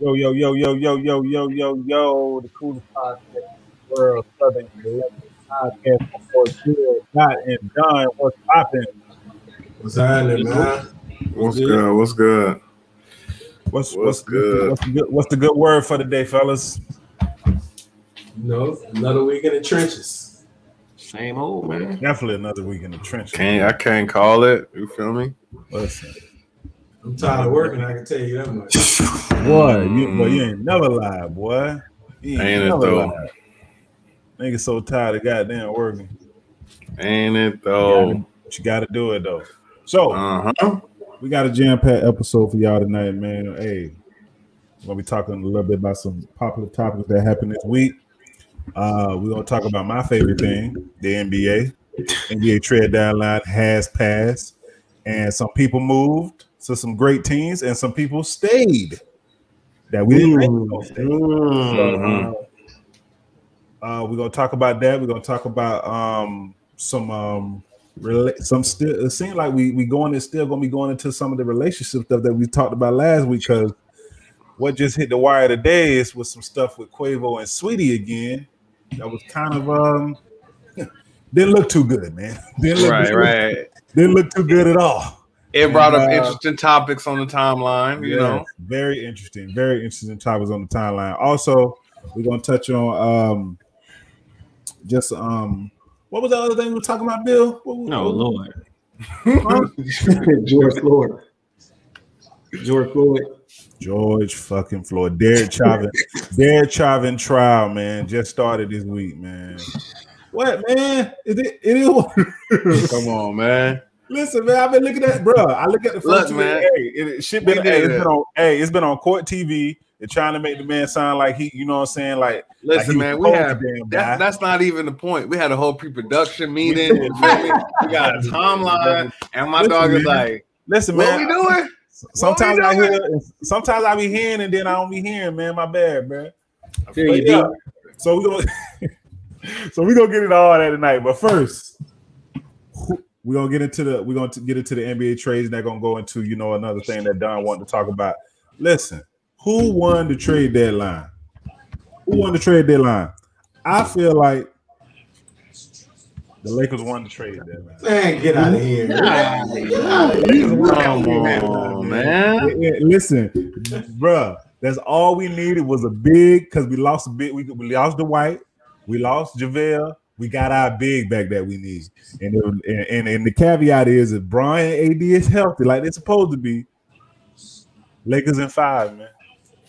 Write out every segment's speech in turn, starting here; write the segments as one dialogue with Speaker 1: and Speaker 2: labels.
Speaker 1: Yo, yo, yo, yo, yo, yo, yo, yo, yo, the coolest podcast in the world, Southern Carolina podcast for good, not and done. What's poppin'?
Speaker 2: What's happening, man?
Speaker 3: What's good? What's good?
Speaker 1: What's
Speaker 3: What's good?
Speaker 1: What's the good, what's the good word for the day, fellas?
Speaker 2: You know, another week in the trenches.
Speaker 4: Same old man.
Speaker 1: Definitely another week in the trenches.
Speaker 3: Can't I can't call it. You feel me?
Speaker 1: Listen,
Speaker 2: I'm tired of working. I can tell you that much.
Speaker 1: boy, you, boy, you ain't never lied, boy. You
Speaker 3: Ain't it though?
Speaker 1: lied. Nigga, so tired of goddamn working.
Speaker 3: Ain't it though?
Speaker 1: But you got to do it though. So.
Speaker 3: Uh huh.
Speaker 1: We got a jam packed episode for y'all tonight, man. Hey, we're gonna be talking a little bit about some popular topics that happened this week. Uh, we're gonna talk about my favorite thing, the NBA. NBA trade deadline has passed, and some people moved to some great teams, and some people stayed that we didn't think was gonna stay.
Speaker 3: Mhm.
Speaker 1: Uh, we're gonna talk about that. We're gonna talk about um, some um, rela- some still. It seems like we we going and still gonna be going into some of the relationship stuff that we talked about last week. Because what just hit the wire today is with some stuff with Quavo and Sweetie again. That was kind of um didn't look too good, man. Didn't look,
Speaker 3: Right, right.
Speaker 1: Didn't look too good at all.
Speaker 3: It brought up
Speaker 1: Uh,
Speaker 3: interesting topics on the timeline. You
Speaker 1: Yeah,
Speaker 3: know.
Speaker 1: very interesting, very interesting topics on the timeline. Also, we're gonna touch on um just um what was the other thing we were talking about, Bill? What, was-
Speaker 4: No, Lord.
Speaker 2: George Floyd. George Floyd.
Speaker 1: George fucking Floyd, Derek Chauvin, Derek Chauvin trial, man, just started this week, man. What man? Is it? It is. what-
Speaker 3: Come on, man.
Speaker 1: Listen, man, I've been looking at, bro. I look at the
Speaker 3: Look,
Speaker 1: first
Speaker 3: man.
Speaker 1: Hey, it, it shit
Speaker 3: We
Speaker 1: been,
Speaker 3: did
Speaker 1: hey, it's
Speaker 3: it.
Speaker 1: been on. Hey, it's been on court TV. They're trying to make the man sound like he, you know, what I'm saying, like Like,
Speaker 3: Listen,
Speaker 1: he
Speaker 3: man.
Speaker 1: was
Speaker 3: We
Speaker 1: told
Speaker 3: have
Speaker 1: to damn die.
Speaker 3: that, that's not even the point. We had a whole pre-production meeting.
Speaker 1: did.
Speaker 3: you feel me? we got a timeline, and my
Speaker 1: Listen,
Speaker 3: dog
Speaker 1: man.
Speaker 3: is like,
Speaker 1: Listen,
Speaker 3: "What
Speaker 1: man.
Speaker 3: we doing?"
Speaker 1: Sometimes
Speaker 3: What
Speaker 1: I
Speaker 3: we doing?
Speaker 1: hear, sometimes I be hearing, and then I don't be hearing. Man, my bad, man.
Speaker 4: There you
Speaker 1: yeah.
Speaker 4: go.
Speaker 1: So we gonna, so we gonna get into all that tonight. But first, we gonna get into the we gonna t- get into the NBA trades, and they're gonna go into you know another thing that Don wanted to talk about. Listen, who won the trade deadline? Who won the trade deadline? I feel like the Lakers won the trade deadline.
Speaker 2: Man, get out of
Speaker 1: Mm-hmm.
Speaker 2: here. man. Get outta here.
Speaker 3: Come on, man.
Speaker 1: Yeah, yeah, listen, bruh, that's all we needed was a big because we lost a big. We, we lost Dwight, we lost Javale. We got our big back that we need, and it, was- and, and and the caveat is if Brian AD is healthy like they're supposed to be, Lakers in five, man.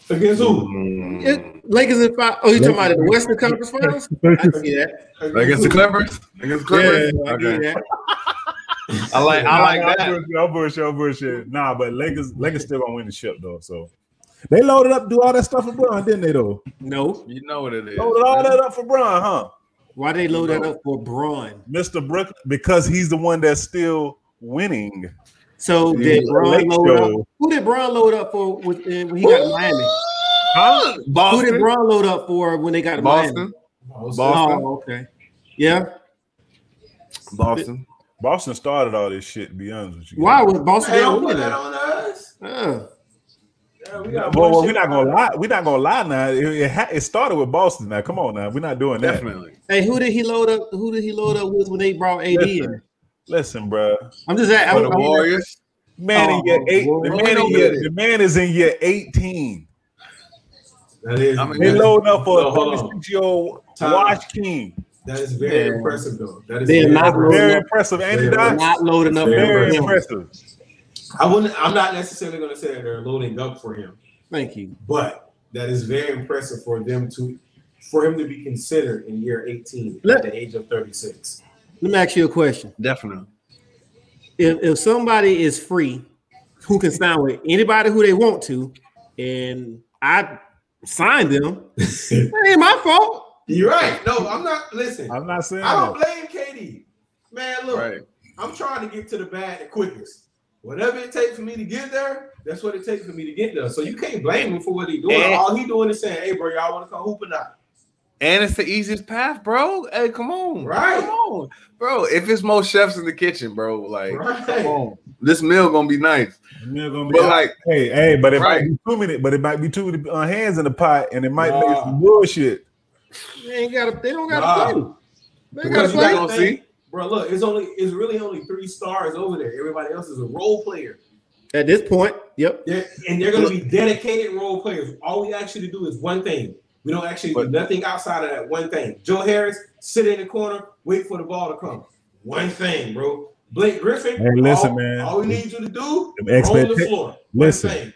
Speaker 2: Against who?
Speaker 3: Mm.
Speaker 4: It- Lakers in five. Oh, you talking about
Speaker 1: Lakers.
Speaker 4: the Western Conference Finals? I can see that.
Speaker 3: Against
Speaker 2: who?
Speaker 3: the Clippers. Against the Clippers.
Speaker 4: Yeah, I
Speaker 3: Okay.
Speaker 4: can see that.
Speaker 3: I like. I like that.
Speaker 1: I'm bullshit, I'm bullshit, I'm bullshit. Nah, but Lakers, Lakers still gonna win the ship though. So they loaded up, do all that stuff for Bron, didn't they? Though
Speaker 4: No.
Speaker 3: You know what it is.
Speaker 1: loaded all that up for Bron, huh?
Speaker 4: Why they load that up for Braun?
Speaker 1: Mr. Brook because he's the one that's still winning.
Speaker 4: So
Speaker 3: He
Speaker 4: did
Speaker 1: was a
Speaker 4: Braun
Speaker 1: late
Speaker 4: load
Speaker 1: show.
Speaker 4: up? Who did Braun load up for with, uh, when he got to Miami?
Speaker 1: Huh?
Speaker 4: Who did
Speaker 3: Boston.
Speaker 4: Braun load up for when they got to Miami?
Speaker 3: Boston. Boston.
Speaker 4: Oh, okay. Yeah.
Speaker 3: Boston.
Speaker 1: Boston started all this shit, to be honest with you.
Speaker 4: Why was Boston
Speaker 2: Hey,
Speaker 4: down
Speaker 2: don't put
Speaker 4: winning?
Speaker 2: that on us.
Speaker 4: Uh,
Speaker 2: Yeah, we
Speaker 1: Well,
Speaker 2: got
Speaker 1: well,
Speaker 2: more
Speaker 1: we're
Speaker 2: shit.
Speaker 1: not gonna lie. We're not gonna lie now. It, it, ha- it started with Boston. Now, come on now. We're not doing that.
Speaker 3: Definitely.
Speaker 4: hey, who did he load up? Who did he load up with when they brought AD in?
Speaker 1: Listen, bruh.
Speaker 4: I'm just at.
Speaker 3: For
Speaker 4: I'm,
Speaker 3: the
Speaker 4: I'm-
Speaker 3: Warriors.
Speaker 1: Man,
Speaker 4: Oh,
Speaker 1: in year eight,
Speaker 4: well,
Speaker 1: the
Speaker 3: wait
Speaker 1: man,
Speaker 3: a
Speaker 1: in year,
Speaker 3: minute.
Speaker 1: the man is in year 18.
Speaker 2: That is,
Speaker 3: I mean,
Speaker 1: They
Speaker 3: Yeah.
Speaker 1: loading up for
Speaker 2: No,
Speaker 1: a
Speaker 2: hold on.
Speaker 1: 36 year old
Speaker 2: Time.
Speaker 1: Wash King.
Speaker 2: that is very
Speaker 4: Yeah.
Speaker 2: impressive, though. That is
Speaker 4: They're
Speaker 2: very
Speaker 4: not
Speaker 2: impressive.
Speaker 1: Very
Speaker 4: up.
Speaker 1: impressive. Ain't it,
Speaker 2: They are
Speaker 1: Doc?
Speaker 4: not loading up.
Speaker 2: Very
Speaker 1: Very
Speaker 4: for him.
Speaker 1: impressive.
Speaker 2: I wouldn't. I'm not necessarily going to say that they're loading up for him,
Speaker 4: Thank you.
Speaker 2: but that is very impressive for them to, for him to be considered in year 18
Speaker 4: Let-
Speaker 2: at the age of 36.
Speaker 4: Let me ask you a question.
Speaker 3: Definitely.
Speaker 4: If, if somebody is free, who can sign with anybody who they want to, and I sign them, it ain't my fault.
Speaker 2: You're right. No, I'm not. Listen,
Speaker 1: I'm not saying
Speaker 2: I don't
Speaker 1: that.
Speaker 2: blame KD. Man, look,
Speaker 3: Right.
Speaker 2: I'm trying to get to the bag the quickest. Whatever it takes for me to get there, that's what it takes for me to get there. So you can't blame him for what he doing.
Speaker 3: And-
Speaker 2: All he doing is saying, "Hey, bro, y'all want to come hoop or not?"
Speaker 3: And it's the easiest path, bro. Hey, come on.
Speaker 2: Right.
Speaker 3: Come on. Bro, if it's more chefs in the kitchen, bro, like
Speaker 2: Right?
Speaker 3: come on. This meal gonna be nice.
Speaker 1: You're gonna be
Speaker 3: But
Speaker 1: out.
Speaker 3: like,
Speaker 1: hey, hey, but it
Speaker 3: Right.
Speaker 1: might be too many, but it might be too many uh, hands in the pot, and it might make
Speaker 2: Nah.
Speaker 1: some bullshit.
Speaker 4: They ain't got. They don't got
Speaker 2: Nah.
Speaker 4: to play. They got
Speaker 3: because
Speaker 4: to
Speaker 3: you
Speaker 4: play.
Speaker 3: ain't gonna see.
Speaker 2: Bro, look, it's only it's really only three stars over there. Everybody else is a role player.
Speaker 4: At this point, yep.
Speaker 2: They're, and they're gonna be dedicated role players. All we actually do is one thing. We don't actually do
Speaker 3: But-
Speaker 2: nothing outside of that one thing. Joe Harris, sit in the corner, wait for the ball to come. One thing, bro. Blake Griffin,
Speaker 1: Hey, listen,
Speaker 2: all,
Speaker 1: man.
Speaker 2: All we need you to do
Speaker 1: Them
Speaker 2: roll the
Speaker 1: expect-
Speaker 2: floor. One
Speaker 1: Listen.
Speaker 2: thing.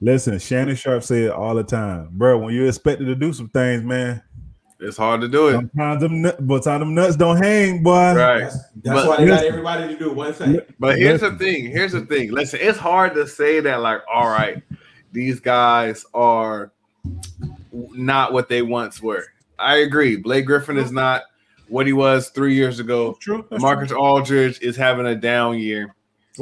Speaker 1: Listen, Shannon Sharp said it all the time, bro. When you're expected to do some things, man,
Speaker 3: It's hard to do it.
Speaker 1: sometimes them, nut- but time them nuts don't hang, boy.
Speaker 3: Right.
Speaker 2: That's, that's
Speaker 3: But-
Speaker 2: why they got everybody to do one thing.
Speaker 3: But here's the
Speaker 1: Listen.
Speaker 3: thing. Here's the thing. Listen, it's hard to say that, like, all right, these guys are not what they once were. I agree. Blake Griffin is not what he was three years ago.
Speaker 1: True. That's
Speaker 3: Marcus Aldridge is he is having a down year.
Speaker 1: true.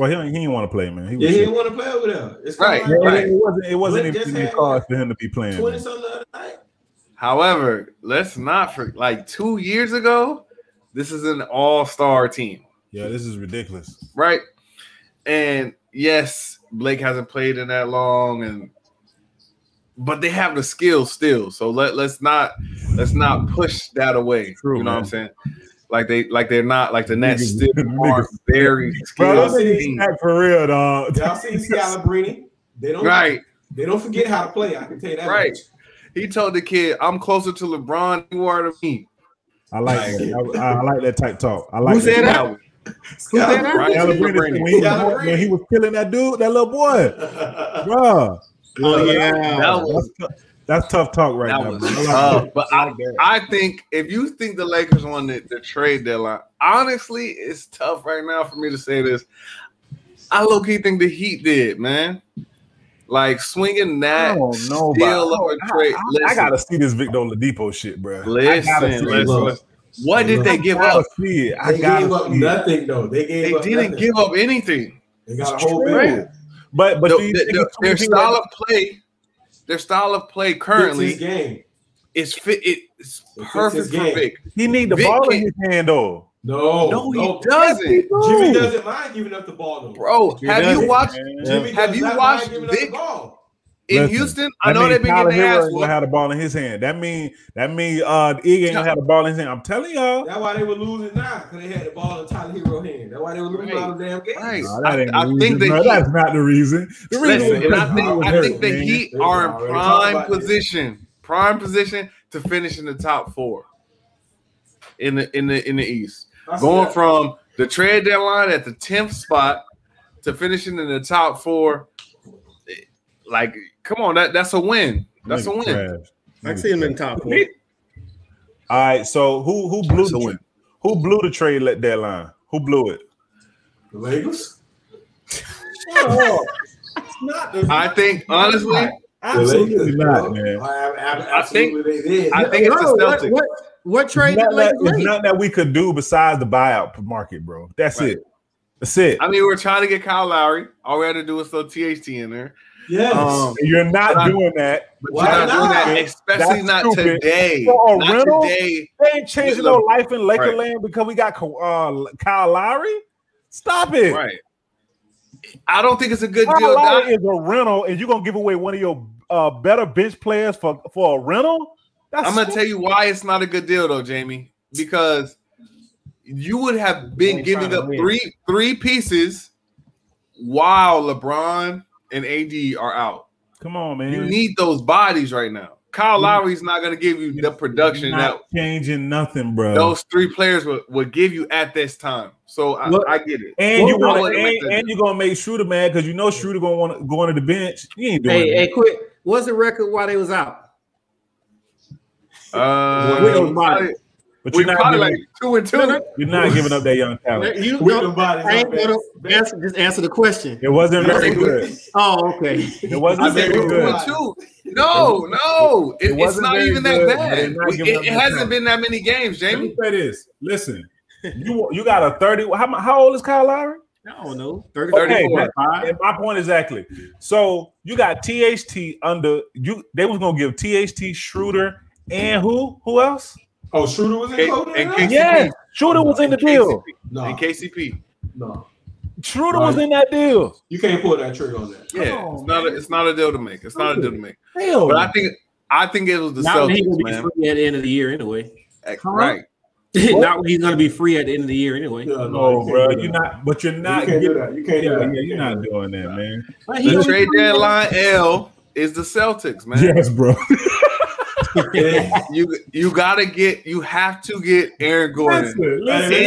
Speaker 1: Well, he, ain't- he didn't want to play, man. He was
Speaker 2: Yeah, he
Speaker 1: shit.
Speaker 2: didn't want to play over there. It's
Speaker 3: Right,
Speaker 2: kinda
Speaker 1: Yeah,
Speaker 2: like
Speaker 1: It, it wasn't. It wasn't
Speaker 2: Blake
Speaker 1: even in
Speaker 2: just
Speaker 1: the
Speaker 2: had-
Speaker 1: cards for him to be playing.
Speaker 2: Twenty
Speaker 1: man.
Speaker 2: something the other night.
Speaker 3: However, let's not for like two years ago, this is an all star team,
Speaker 1: Yeah, this is ridiculous.
Speaker 3: right? And yes, Blake hasn't played in that long, and but they have the skills still. So let let's not let's not push that away.
Speaker 1: True,
Speaker 3: you know
Speaker 1: man.
Speaker 3: what I'm saying? Like they like they're not like the Nets
Speaker 1: Niggas-
Speaker 3: still are very
Speaker 1: Bro,
Speaker 3: skilled
Speaker 1: those niggas
Speaker 3: team.
Speaker 1: act for real, dog.
Speaker 2: Y'all seen Scalabrini? They don't
Speaker 3: Right.
Speaker 2: They don't forget how to play. I can tell you that.
Speaker 3: Right.
Speaker 2: much.
Speaker 3: He told the kid, I'm closer to LeBron than you are to me.
Speaker 1: I like that. I, I like that type talk. I like
Speaker 4: Who said
Speaker 1: that.
Speaker 4: that?
Speaker 3: Now,
Speaker 2: Scalabrini.
Speaker 1: Scalabrini,
Speaker 3: Right. Scalabrini.
Speaker 1: when, he was,
Speaker 2: Scalabrini.
Speaker 1: when he was killing that dude, that little boy, bro.
Speaker 4: Oh yeah.
Speaker 3: that was
Speaker 1: That's tough talk right
Speaker 3: that
Speaker 1: now.
Speaker 3: was
Speaker 1: bro. I like
Speaker 3: tough.
Speaker 1: that.
Speaker 3: But I, I think if you think the Lakers won the, the trade deadline, honestly, it's tough right now for me to say this. I low key think the Heat did, man. Like swinging
Speaker 1: I
Speaker 3: that
Speaker 1: don't know, but
Speaker 3: steal or a trade.
Speaker 1: I,
Speaker 3: Listen,
Speaker 1: gotta see this Victor Oladipo shit, bro.
Speaker 3: listen,
Speaker 1: see
Speaker 3: listen,
Speaker 2: love.
Speaker 3: listen. What did they give
Speaker 1: I gotta
Speaker 3: up?
Speaker 1: see it. I
Speaker 2: They
Speaker 1: gotta
Speaker 2: gave up
Speaker 1: see it.
Speaker 2: nothing though. They gave
Speaker 3: They
Speaker 2: up
Speaker 3: didn't
Speaker 2: nothing.
Speaker 3: give up anything.
Speaker 2: They got
Speaker 1: It's
Speaker 2: a whole
Speaker 1: true.
Speaker 2: band.
Speaker 1: But but
Speaker 3: The-
Speaker 1: these
Speaker 3: the-
Speaker 1: niggas
Speaker 3: the-
Speaker 1: too many
Speaker 3: their
Speaker 1: people that-
Speaker 3: style of play, their style of play
Speaker 2: Currently,
Speaker 3: currently
Speaker 2: game.
Speaker 3: is fit. It's
Speaker 2: his
Speaker 3: perfect for
Speaker 2: game.
Speaker 3: Vic.
Speaker 1: he need the
Speaker 3: Vic
Speaker 1: ball in
Speaker 3: can't-
Speaker 1: his hand though.
Speaker 2: No, no,
Speaker 3: No, he doesn't,
Speaker 2: Jimmy doesn't mind giving up the ball though.
Speaker 3: bro.
Speaker 4: He
Speaker 3: Have you
Speaker 4: doesn't,
Speaker 3: watched?
Speaker 1: Man.
Speaker 2: Jimmy
Speaker 3: Have
Speaker 2: does
Speaker 3: you
Speaker 2: not
Speaker 3: watched
Speaker 2: mind giving
Speaker 3: Vic?
Speaker 2: up the ball.
Speaker 3: in
Speaker 1: Listen,
Speaker 3: Houston, I
Speaker 1: That
Speaker 3: know
Speaker 1: mean
Speaker 3: they've been
Speaker 1: Tyler
Speaker 3: getting their
Speaker 1: Hero
Speaker 3: ass
Speaker 1: ain't gonna
Speaker 3: whooped.
Speaker 1: have the ball in his hand. That mean that mean uh Ig ain't gonna have the ball in his hand. I'm telling y'all.
Speaker 2: That's why they were losing now because they had the ball in Tyler Hero hand. That's why they were losing
Speaker 3: Right.
Speaker 2: all the damn game.
Speaker 3: Right.
Speaker 1: Nah,
Speaker 3: I,
Speaker 1: that ain't the
Speaker 3: I
Speaker 1: reason.
Speaker 3: think
Speaker 1: No,
Speaker 3: the
Speaker 1: that's not the reason. The
Speaker 3: Heat.
Speaker 1: reason
Speaker 3: Listen,
Speaker 1: was
Speaker 3: and
Speaker 1: because
Speaker 2: Howard
Speaker 3: I think
Speaker 1: was
Speaker 3: I
Speaker 1: hurt,
Speaker 3: think the
Speaker 1: man.
Speaker 3: Heat
Speaker 2: They
Speaker 3: are in
Speaker 2: already talked
Speaker 3: prime
Speaker 2: about this.
Speaker 3: position, prime position to finish in the top four in the in the in the East.
Speaker 2: I see
Speaker 3: Going
Speaker 2: that.
Speaker 3: from the trade deadline at the tenth spot to finishing in the top four, eh, like come on, that that's a win. That's a
Speaker 1: Nigga
Speaker 3: win.
Speaker 1: trash.
Speaker 4: I can see him in the top one.
Speaker 3: Me-
Speaker 1: All right, so who who blew
Speaker 3: That's a
Speaker 1: the
Speaker 3: win.
Speaker 1: who blew the trade let deadline? Who blew it?
Speaker 2: the Lakers. Oh, it's not the-
Speaker 3: I think honestly,
Speaker 1: Absolutely not, man.
Speaker 2: I,
Speaker 3: I think-
Speaker 2: absolutely they did.
Speaker 3: I think it's the
Speaker 4: No, what,
Speaker 3: Celtics.
Speaker 4: what what trade
Speaker 1: Not
Speaker 4: did
Speaker 1: that-
Speaker 4: Lakers
Speaker 1: It's
Speaker 4: make?
Speaker 1: nothing that we could do besides the buyout market, bro. That's
Speaker 3: Right.
Speaker 1: it. That's it.
Speaker 3: I mean, we're trying to get Kyle Lowry. All we had to do was throw THT in there.
Speaker 2: yes.
Speaker 3: Um,
Speaker 1: You're
Speaker 3: but
Speaker 1: not
Speaker 3: I-
Speaker 1: doing that.
Speaker 3: But
Speaker 2: Why
Speaker 3: you're not, doing
Speaker 2: not?
Speaker 3: that, especially
Speaker 1: That's
Speaker 3: not
Speaker 1: stupid.
Speaker 3: today.
Speaker 1: For a
Speaker 3: not
Speaker 1: rental?
Speaker 3: today.
Speaker 1: They ain't changing no life in Laker
Speaker 3: Right.
Speaker 1: land because we got Ka- uh, Kyle Lowry. Stop it.
Speaker 3: Right. I don't think it's a good
Speaker 1: Kyle
Speaker 3: deal.
Speaker 1: Lowry
Speaker 3: Doc.
Speaker 1: is a rental, and you're gonna give away one of your uh, better bench players for for a rental. That's
Speaker 3: I'm gonna tell you why it's not a good deal though, Jamie. Because you would have been
Speaker 4: ain't
Speaker 3: giving
Speaker 4: trying to
Speaker 3: up
Speaker 4: win.
Speaker 3: three three pieces while LeBron and AD are out.
Speaker 1: Come on, man.
Speaker 3: You
Speaker 4: Mm.
Speaker 3: need those bodies right now. Kyle
Speaker 1: Mhm.
Speaker 3: Lowry's not gonna give you the production that
Speaker 1: not changing nothing, bro.
Speaker 3: those three players would, would give you at this time. So I,
Speaker 4: Look-
Speaker 3: I get it.
Speaker 1: And you
Speaker 3: I
Speaker 1: want
Speaker 3: wouldn't
Speaker 1: to,
Speaker 3: make
Speaker 1: and,
Speaker 3: that
Speaker 1: and you're gonna make Schroeder mad because you know Schroeder gonna want to go onto the bench. He ain't doing
Speaker 4: Hey,
Speaker 1: it.
Speaker 4: hey, quick. What's the record while they was out?
Speaker 3: Uh,
Speaker 4: With those
Speaker 3: we
Speaker 4: bodies.
Speaker 3: probably-
Speaker 1: but
Speaker 3: we
Speaker 1: you're not,
Speaker 3: probably
Speaker 1: giving,
Speaker 3: like two and
Speaker 4: No,
Speaker 3: two.
Speaker 4: no,
Speaker 1: you're not giving up that young talent.
Speaker 4: You
Speaker 2: with the
Speaker 4: don't,
Speaker 2: bodies.
Speaker 4: I ain't
Speaker 2: man.
Speaker 4: gonna answer, just answer the question.
Speaker 1: It wasn't very
Speaker 3: Listen,
Speaker 1: good.
Speaker 4: Oh, okay.
Speaker 1: It
Speaker 3: I
Speaker 1: wasn't
Speaker 3: said
Speaker 1: very
Speaker 3: we were two
Speaker 1: good.
Speaker 3: and two. No, no, it,
Speaker 1: It
Speaker 3: it's
Speaker 1: wasn't
Speaker 3: not
Speaker 1: very
Speaker 3: even
Speaker 1: good,
Speaker 3: that
Speaker 1: but they're
Speaker 3: bad.
Speaker 1: not
Speaker 3: We-
Speaker 1: giving
Speaker 3: It,
Speaker 1: up
Speaker 3: it
Speaker 1: much
Speaker 3: hasn't
Speaker 1: time.
Speaker 3: been that many games,
Speaker 1: Let me
Speaker 3: Jamie.
Speaker 1: say this. Listen, you you got a 30. How, mu- how old is Kyle Lowry?
Speaker 4: I don't know. 30,
Speaker 1: Okay,
Speaker 4: 34.
Speaker 1: And my point exactly. So you got THT under you. They was gonna give THT Schroeder and who? Who else?
Speaker 2: Oh, Schroeder was
Speaker 3: And-
Speaker 2: included.
Speaker 3: and
Speaker 2: in that?
Speaker 3: Casey-
Speaker 1: Yes, Schroeder was in the deal.
Speaker 3: KCP.
Speaker 2: No,
Speaker 3: And KCP.
Speaker 2: no.
Speaker 5: Schroeder was in that deal.
Speaker 2: You can't pull that trigger on that.
Speaker 3: Yeah,
Speaker 5: Come on,
Speaker 3: it's not a, it's not a deal to make. It's not a deal to make.
Speaker 5: Hell,
Speaker 3: But I think I think it was the
Speaker 4: Oh. Not when he's
Speaker 3: Celtics,
Speaker 4: gonna be
Speaker 3: man.
Speaker 4: free at the end of the year anyway.
Speaker 3: Right.
Speaker 4: not when he's gonna be free at the end of the year anyway.
Speaker 2: Yeah,
Speaker 1: No,
Speaker 2: Oh, you can't
Speaker 1: bro,
Speaker 2: do that.
Speaker 1: you're not. But you're not.
Speaker 2: you can't do
Speaker 1: getting-
Speaker 2: that. You can't do
Speaker 1: yeah,
Speaker 2: that.
Speaker 1: yeah, you're not doing that, man.
Speaker 4: But he
Speaker 3: The
Speaker 4: gonna
Speaker 3: trade
Speaker 4: be free at-
Speaker 3: deadline L is the Celtics, man.
Speaker 1: Yes, bro.
Speaker 2: Yeah.
Speaker 3: You you gotta get you have to get Aaron Gordon.
Speaker 1: Listen,
Speaker 2: Hey,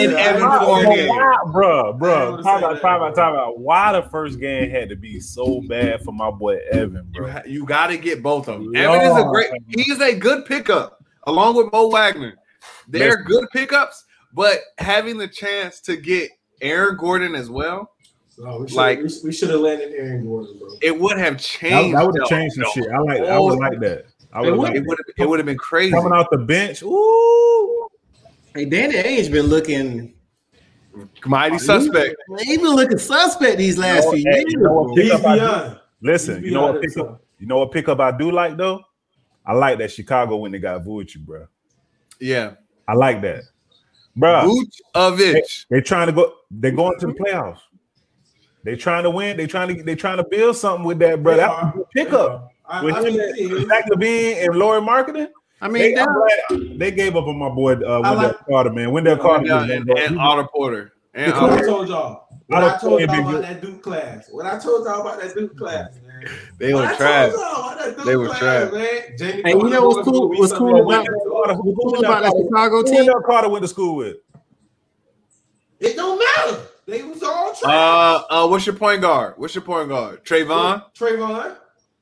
Speaker 1: listen.
Speaker 2: man, I-
Speaker 3: every
Speaker 2: I-
Speaker 3: four
Speaker 2: I-
Speaker 3: games.
Speaker 1: Why, bro,
Speaker 2: I
Speaker 1: bro,
Speaker 2: would've
Speaker 1: time
Speaker 2: said
Speaker 1: out,
Speaker 2: that.
Speaker 1: time out, time out. Why the first game had to be so bad for my boy Evan,
Speaker 3: You,
Speaker 1: bro?
Speaker 3: ha- you gotta get both of them. Evan is a great he's a good pickup along with Mo Wagner. They're good pickups, but having the chance to get Aaron Gordon as well,
Speaker 2: No, we should,
Speaker 3: Like-
Speaker 2: like we, we should have landed Aaron Gordon, bro.
Speaker 3: it would have
Speaker 1: That,
Speaker 3: changed.
Speaker 1: that would have
Speaker 3: the-
Speaker 1: changed some
Speaker 3: the
Speaker 1: shit. I like, I
Speaker 3: whole-
Speaker 1: would like that. I would
Speaker 3: It would
Speaker 1: like
Speaker 3: have
Speaker 1: that.
Speaker 3: it would have been crazy.
Speaker 1: coming off the bench. Ooh,
Speaker 4: Hey, Danny Ainge been looking.
Speaker 3: Mighty suspect.
Speaker 4: He been looking suspect these last
Speaker 1: You know,
Speaker 4: few
Speaker 1: hey,
Speaker 4: years.
Speaker 1: you know what
Speaker 4: bro.
Speaker 2: He's
Speaker 1: Pick up, I do.
Speaker 2: beyond.
Speaker 1: listen,
Speaker 2: He's
Speaker 1: you know what
Speaker 2: beyond
Speaker 1: pickup?
Speaker 2: himself.
Speaker 1: You know what pickup I do like though? I like that Chicago when they got Vucevic, bro.
Speaker 3: Yeah.
Speaker 1: I like that, bro.
Speaker 3: Vucevic.
Speaker 1: They're trying to go. They're going to the playoffs. They trying to win. They trying to. They trying to build something with that, bro.
Speaker 2: They
Speaker 1: That
Speaker 2: are.
Speaker 1: pickup
Speaker 2: I,
Speaker 1: with
Speaker 2: I
Speaker 1: him,
Speaker 2: can see it.
Speaker 1: Zach Levine, and Laurie Marketing.
Speaker 4: I mean,
Speaker 1: They,
Speaker 4: that-
Speaker 1: I'm glad- they gave up on my boy uh,
Speaker 2: I
Speaker 1: Wendell
Speaker 2: like-
Speaker 1: Carter, man. Wendell Carter,
Speaker 3: Yeah,
Speaker 1: was-
Speaker 3: and, and Otto Porter. And
Speaker 1: Because-
Speaker 3: Otto-
Speaker 2: I told y'all.
Speaker 1: I
Speaker 2: What
Speaker 1: don't
Speaker 2: I told
Speaker 1: think it'd
Speaker 2: y'all
Speaker 1: be
Speaker 2: about
Speaker 1: good.
Speaker 2: that Duke class. What I told y'all about that Duke class, man.
Speaker 3: they
Speaker 2: What
Speaker 3: were
Speaker 2: I told
Speaker 3: trash.
Speaker 2: y'all about that Duke
Speaker 3: They were
Speaker 2: class,
Speaker 3: trash.
Speaker 2: Man. Jamie
Speaker 4: Hey, you know what's cool- what's cool about-
Speaker 1: Who
Speaker 4: What
Speaker 1: Wendell
Speaker 4: about that
Speaker 1: Carter-
Speaker 4: Chicago
Speaker 1: who
Speaker 4: team?
Speaker 1: Wendell Carter went to school with?
Speaker 2: It don't matter. They was all trash.
Speaker 3: Uh, uh, what's your point guard? What's your point guard? Trayvon.
Speaker 2: Trayvon.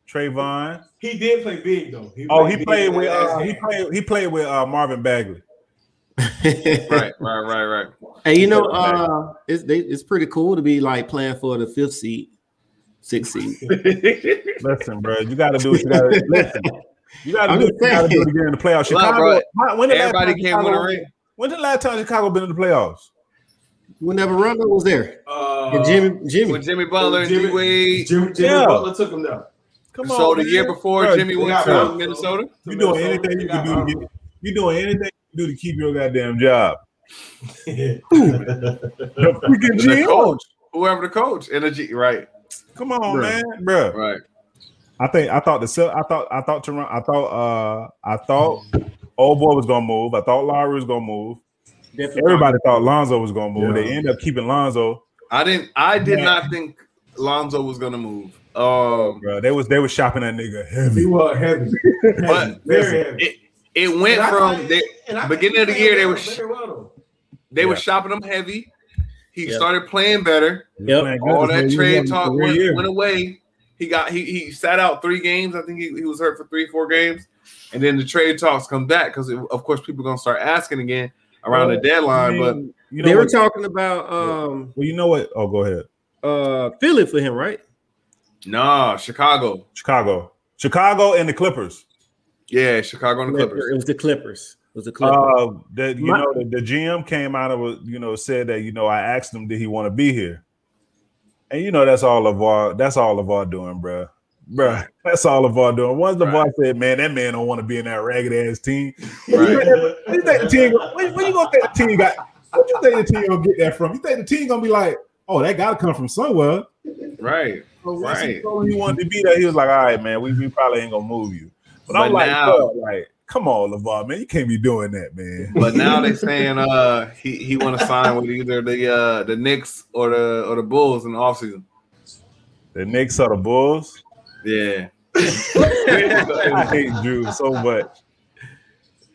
Speaker 1: Trayvon.
Speaker 2: He did play big though.
Speaker 1: Oh, he
Speaker 2: big
Speaker 1: played
Speaker 2: in
Speaker 1: with
Speaker 2: that
Speaker 1: uh,
Speaker 2: last
Speaker 1: he
Speaker 2: game.
Speaker 1: played he played with uh, Marvin Bagley.
Speaker 3: Right, right, right, right.
Speaker 4: Hey, you know, uh, it's they, it's pretty cool to be like playing for the fifth seed, sixth seed.
Speaker 1: Listen, bro, you got to do what you got to listen. You got to
Speaker 4: I'm
Speaker 1: do what
Speaker 4: just
Speaker 1: you got to do
Speaker 4: saying.
Speaker 1: to get in the playoffs.
Speaker 3: Nah,
Speaker 1: Chicago.
Speaker 3: bro.
Speaker 1: my- when the last
Speaker 3: Everybody
Speaker 1: time
Speaker 3: can't win a
Speaker 1: Chicago-
Speaker 3: ring.
Speaker 1: When the last time Chicago been in the playoffs?
Speaker 4: Whenever Rondo was there,
Speaker 2: Uh,
Speaker 4: and Jimmy, Jimmy,
Speaker 3: With Jimmy Butler and D
Speaker 2: Jimmy-
Speaker 3: Wade.
Speaker 2: Jimmy, Jimmy
Speaker 1: Yeah.
Speaker 2: Butler took him down.
Speaker 1: Come
Speaker 3: So the
Speaker 1: man.
Speaker 3: year before,
Speaker 1: Bro,
Speaker 3: Jimmy
Speaker 1: you
Speaker 3: went
Speaker 2: got
Speaker 3: to
Speaker 2: Burnham.
Speaker 3: Minnesota.
Speaker 1: You doing anything you can do to get? You doing anything you can do to keep your goddamn job?
Speaker 2: get?
Speaker 1: The freaking
Speaker 3: And the
Speaker 1: GM.
Speaker 3: coach, whoever the coach, and the G. Right,
Speaker 1: Come on,
Speaker 3: Bruh.
Speaker 1: man, bro.
Speaker 3: right.
Speaker 1: I think I thought the Cel- I thought I thought Toronto I thought uh I thought old boy was gonna move. I thought Lowry was gonna move. Everybody thought Lonzo was gonna move. They ended up keeping Lonzo.
Speaker 3: I didn't. I did
Speaker 1: Yeah.
Speaker 3: not think Lonzo was gonna move. Um,
Speaker 1: Bro, they was they was shopping that nigga
Speaker 2: He
Speaker 1: heavy.
Speaker 2: was heavy,
Speaker 3: But
Speaker 2: heavy very heavy.
Speaker 3: it it
Speaker 2: And
Speaker 3: went
Speaker 2: I
Speaker 3: from
Speaker 2: think-
Speaker 3: they,
Speaker 2: and I think
Speaker 3: beginning of the
Speaker 2: he
Speaker 3: year,
Speaker 2: played
Speaker 3: they
Speaker 2: well,
Speaker 3: were sh-
Speaker 2: very well, though.
Speaker 3: they were
Speaker 1: Yeah.
Speaker 3: shopping him heavy. He
Speaker 4: Yeah.
Speaker 3: started playing better.
Speaker 1: Playing good
Speaker 3: all
Speaker 1: this year.
Speaker 3: that
Speaker 1: He
Speaker 3: trade
Speaker 1: won
Speaker 3: talk
Speaker 1: three
Speaker 3: went,
Speaker 1: years.
Speaker 3: went away. He got he he sat out three games. I think he, he was hurt for three four games, and then the trade talks come back because of course people are gonna start asking again around the
Speaker 1: I
Speaker 3: deadline.
Speaker 1: mean,
Speaker 3: But
Speaker 1: you
Speaker 4: they
Speaker 1: know
Speaker 4: were
Speaker 1: what,
Speaker 4: talking about um
Speaker 1: well, you know what? Oh, go ahead.
Speaker 4: uh Philly for him, right?
Speaker 3: nah, Chicago,
Speaker 1: Chicago, Chicago, and the Clippers.
Speaker 3: yeah, Chicago and the Clippers.
Speaker 4: It was the Clippers. It was the Clippers.
Speaker 1: Uh, that you
Speaker 4: My-
Speaker 1: know the, the GM came out and was you know said that you know I asked him did he want to be here, and you know that's all Levar that's all Levar doing, bruh. Bruh, that's all Levar doing. Once Levar said, "Man, that man don't want to be in that ragged ass team."
Speaker 3: Right.
Speaker 1: What you think the team? Where, where you gonna think the team got? What you think the team gonna get that from? You think the team gonna be like, "Oh, that gotta come from somewhere."
Speaker 3: Right,
Speaker 1: So once he
Speaker 3: Right.
Speaker 1: told him he wanted to be there, he was like, "All right, man, we, we probably ain't gonna move you." But, I'm
Speaker 3: But
Speaker 1: like,
Speaker 3: now-
Speaker 1: "Bro, like, come on, Levar, man, you can't be doing that, man.
Speaker 3: but now they saying uh he he want to sign with either the uh the Knicks or the or the Bulls in the offseason.
Speaker 1: The Knicks are the Bulls.
Speaker 3: Yeah,
Speaker 1: I hate Drew so much.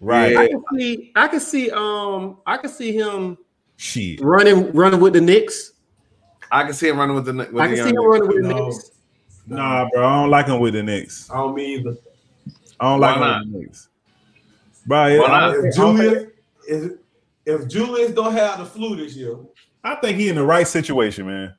Speaker 1: Right?
Speaker 3: Yeah.
Speaker 4: I can see, I can see, um, I can see him
Speaker 1: Shit.
Speaker 4: running, running with the Knicks.
Speaker 3: I can see him running with the with
Speaker 4: I
Speaker 3: the
Speaker 4: can see
Speaker 3: young
Speaker 4: him
Speaker 3: Knicks.
Speaker 4: running with the
Speaker 2: No.
Speaker 4: Knicks.
Speaker 1: Nah, bro, I don't like him with the Knicks.
Speaker 2: I don't mean either.
Speaker 1: I don't
Speaker 3: Why
Speaker 1: like
Speaker 3: not?
Speaker 1: him with the Knicks. Bro, yeah,
Speaker 3: Why
Speaker 1: I,
Speaker 3: not?
Speaker 1: don't
Speaker 2: If
Speaker 1: think- I don't think-
Speaker 2: Julius, if, if Julius don't have the flu this year,
Speaker 1: I think he in the right situation, man.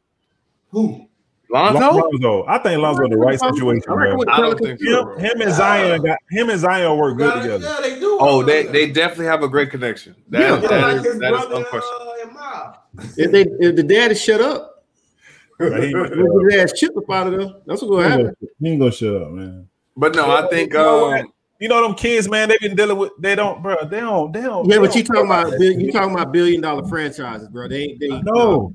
Speaker 2: who?
Speaker 3: Lonzo.
Speaker 1: Lonzo. I think Lonzo in the right situation.
Speaker 4: I reckon
Speaker 1: Bro.
Speaker 4: with the
Speaker 3: I don't
Speaker 4: Pelicans-
Speaker 3: think so,
Speaker 1: Him,
Speaker 3: bro.
Speaker 1: him and Zion got him and Zion work good
Speaker 2: Gotta-
Speaker 1: together.
Speaker 2: Yeah, they do.
Speaker 3: Oh, they, they definitely have a great connection. That,
Speaker 4: Yeah.
Speaker 3: that is
Speaker 2: his
Speaker 3: that is
Speaker 2: brother,
Speaker 3: unquestionable.
Speaker 2: uh, and Miles.
Speaker 4: If, they, if the daddy shut up,
Speaker 1: Right, he-
Speaker 4: we'll get his ass chipped up out of them. That's what's gonna
Speaker 1: He ain't
Speaker 4: happen.
Speaker 1: gonna- he ain't gonna shut up, man.
Speaker 3: But no, I think
Speaker 1: You know what?
Speaker 3: um,
Speaker 1: You know them kids, man. They've been dealing with. They don't, bro. They don't. They don't.
Speaker 4: Yeah,
Speaker 1: they
Speaker 4: but you
Speaker 1: don't-
Speaker 4: talking about you talking about billion dollar franchises, bro? They, they
Speaker 1: No,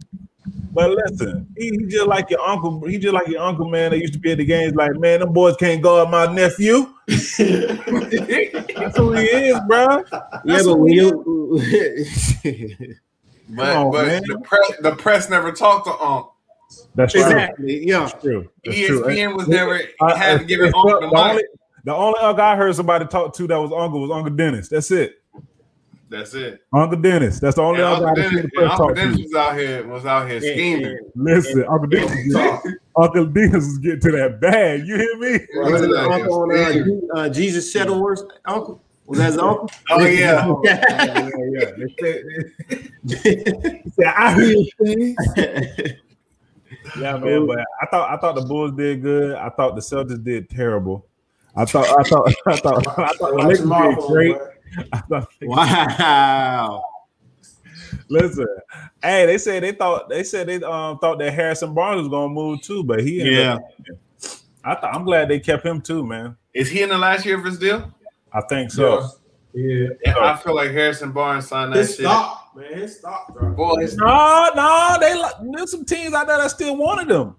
Speaker 1: But listen, he, he just like your uncle. He just like your uncle, man. They used to be at the games. Like, man, them boys can't guard my nephew. That's who he is, bro.
Speaker 4: Yeah, but when you
Speaker 3: But,
Speaker 1: on,
Speaker 3: but
Speaker 1: man.
Speaker 3: the press the press never talked to um
Speaker 1: That's true.
Speaker 4: exactly, yeah.
Speaker 1: That's true.
Speaker 3: E
Speaker 1: That's true.
Speaker 3: ESPN was never
Speaker 1: I- I-
Speaker 3: had to give it
Speaker 1: except
Speaker 3: on
Speaker 1: the,
Speaker 3: the
Speaker 1: only,
Speaker 3: mic.
Speaker 1: the only uncle I heard somebody talk to that was uncle was Uncle Dennis. That's it.
Speaker 3: That's it.
Speaker 1: Uncle Dennis. That's the only
Speaker 3: And
Speaker 1: uncle,
Speaker 3: Uncle
Speaker 1: I've seen the
Speaker 3: Dennis, and
Speaker 1: press
Speaker 3: Uncle
Speaker 1: talk
Speaker 3: Dennis
Speaker 1: to.
Speaker 3: was out here was out here scheming.
Speaker 1: Listen, Uncle Dennis,
Speaker 2: Talk.
Speaker 1: Uncle Dennis was getting to that bag. You hear me?
Speaker 4: Was it the
Speaker 3: Like,
Speaker 4: uncle on, uh,
Speaker 3: scheming.
Speaker 4: Je- uh, Jesus Shuttleworth's uncle? Was that his uncle?
Speaker 3: Oh yeah.
Speaker 1: yeah, yeah. They said- He said, I hear you. Yeah, man. But I thought I thought the Bulls did good. I thought the Celtics did terrible. I thought I thought I thought I thought the
Speaker 2: Watch
Speaker 1: Lakers
Speaker 2: your mouth,
Speaker 1: did great.
Speaker 2: homeboy.
Speaker 1: I thought,
Speaker 4: wow.
Speaker 1: listen, hey, they said they thought they said they um thought that Harrison Barnes was gonna move too, but he ended
Speaker 4: Yeah.
Speaker 1: up- I thought I'm glad they kept him too, man.
Speaker 3: Is he in the last year of his deal?
Speaker 1: I think so.
Speaker 2: Yeah.
Speaker 3: Yeah, I feel like Harrison Barnes signed that
Speaker 2: His
Speaker 3: shit.
Speaker 2: stock, man. His stock dropped.
Speaker 3: Boy, his-
Speaker 1: No, no, they li- there's some teams out there that still wanted him.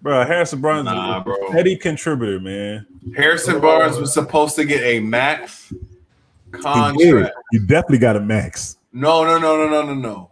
Speaker 1: Bro, Harrison Barnes
Speaker 3: Nah,
Speaker 1: is a
Speaker 3: bro.
Speaker 1: petty contributor, man.
Speaker 3: Harrison Barnes was supposed to get a max
Speaker 1: He did.
Speaker 3: contract.
Speaker 1: You definitely got a max.
Speaker 3: No, no, no, no, no, no, no.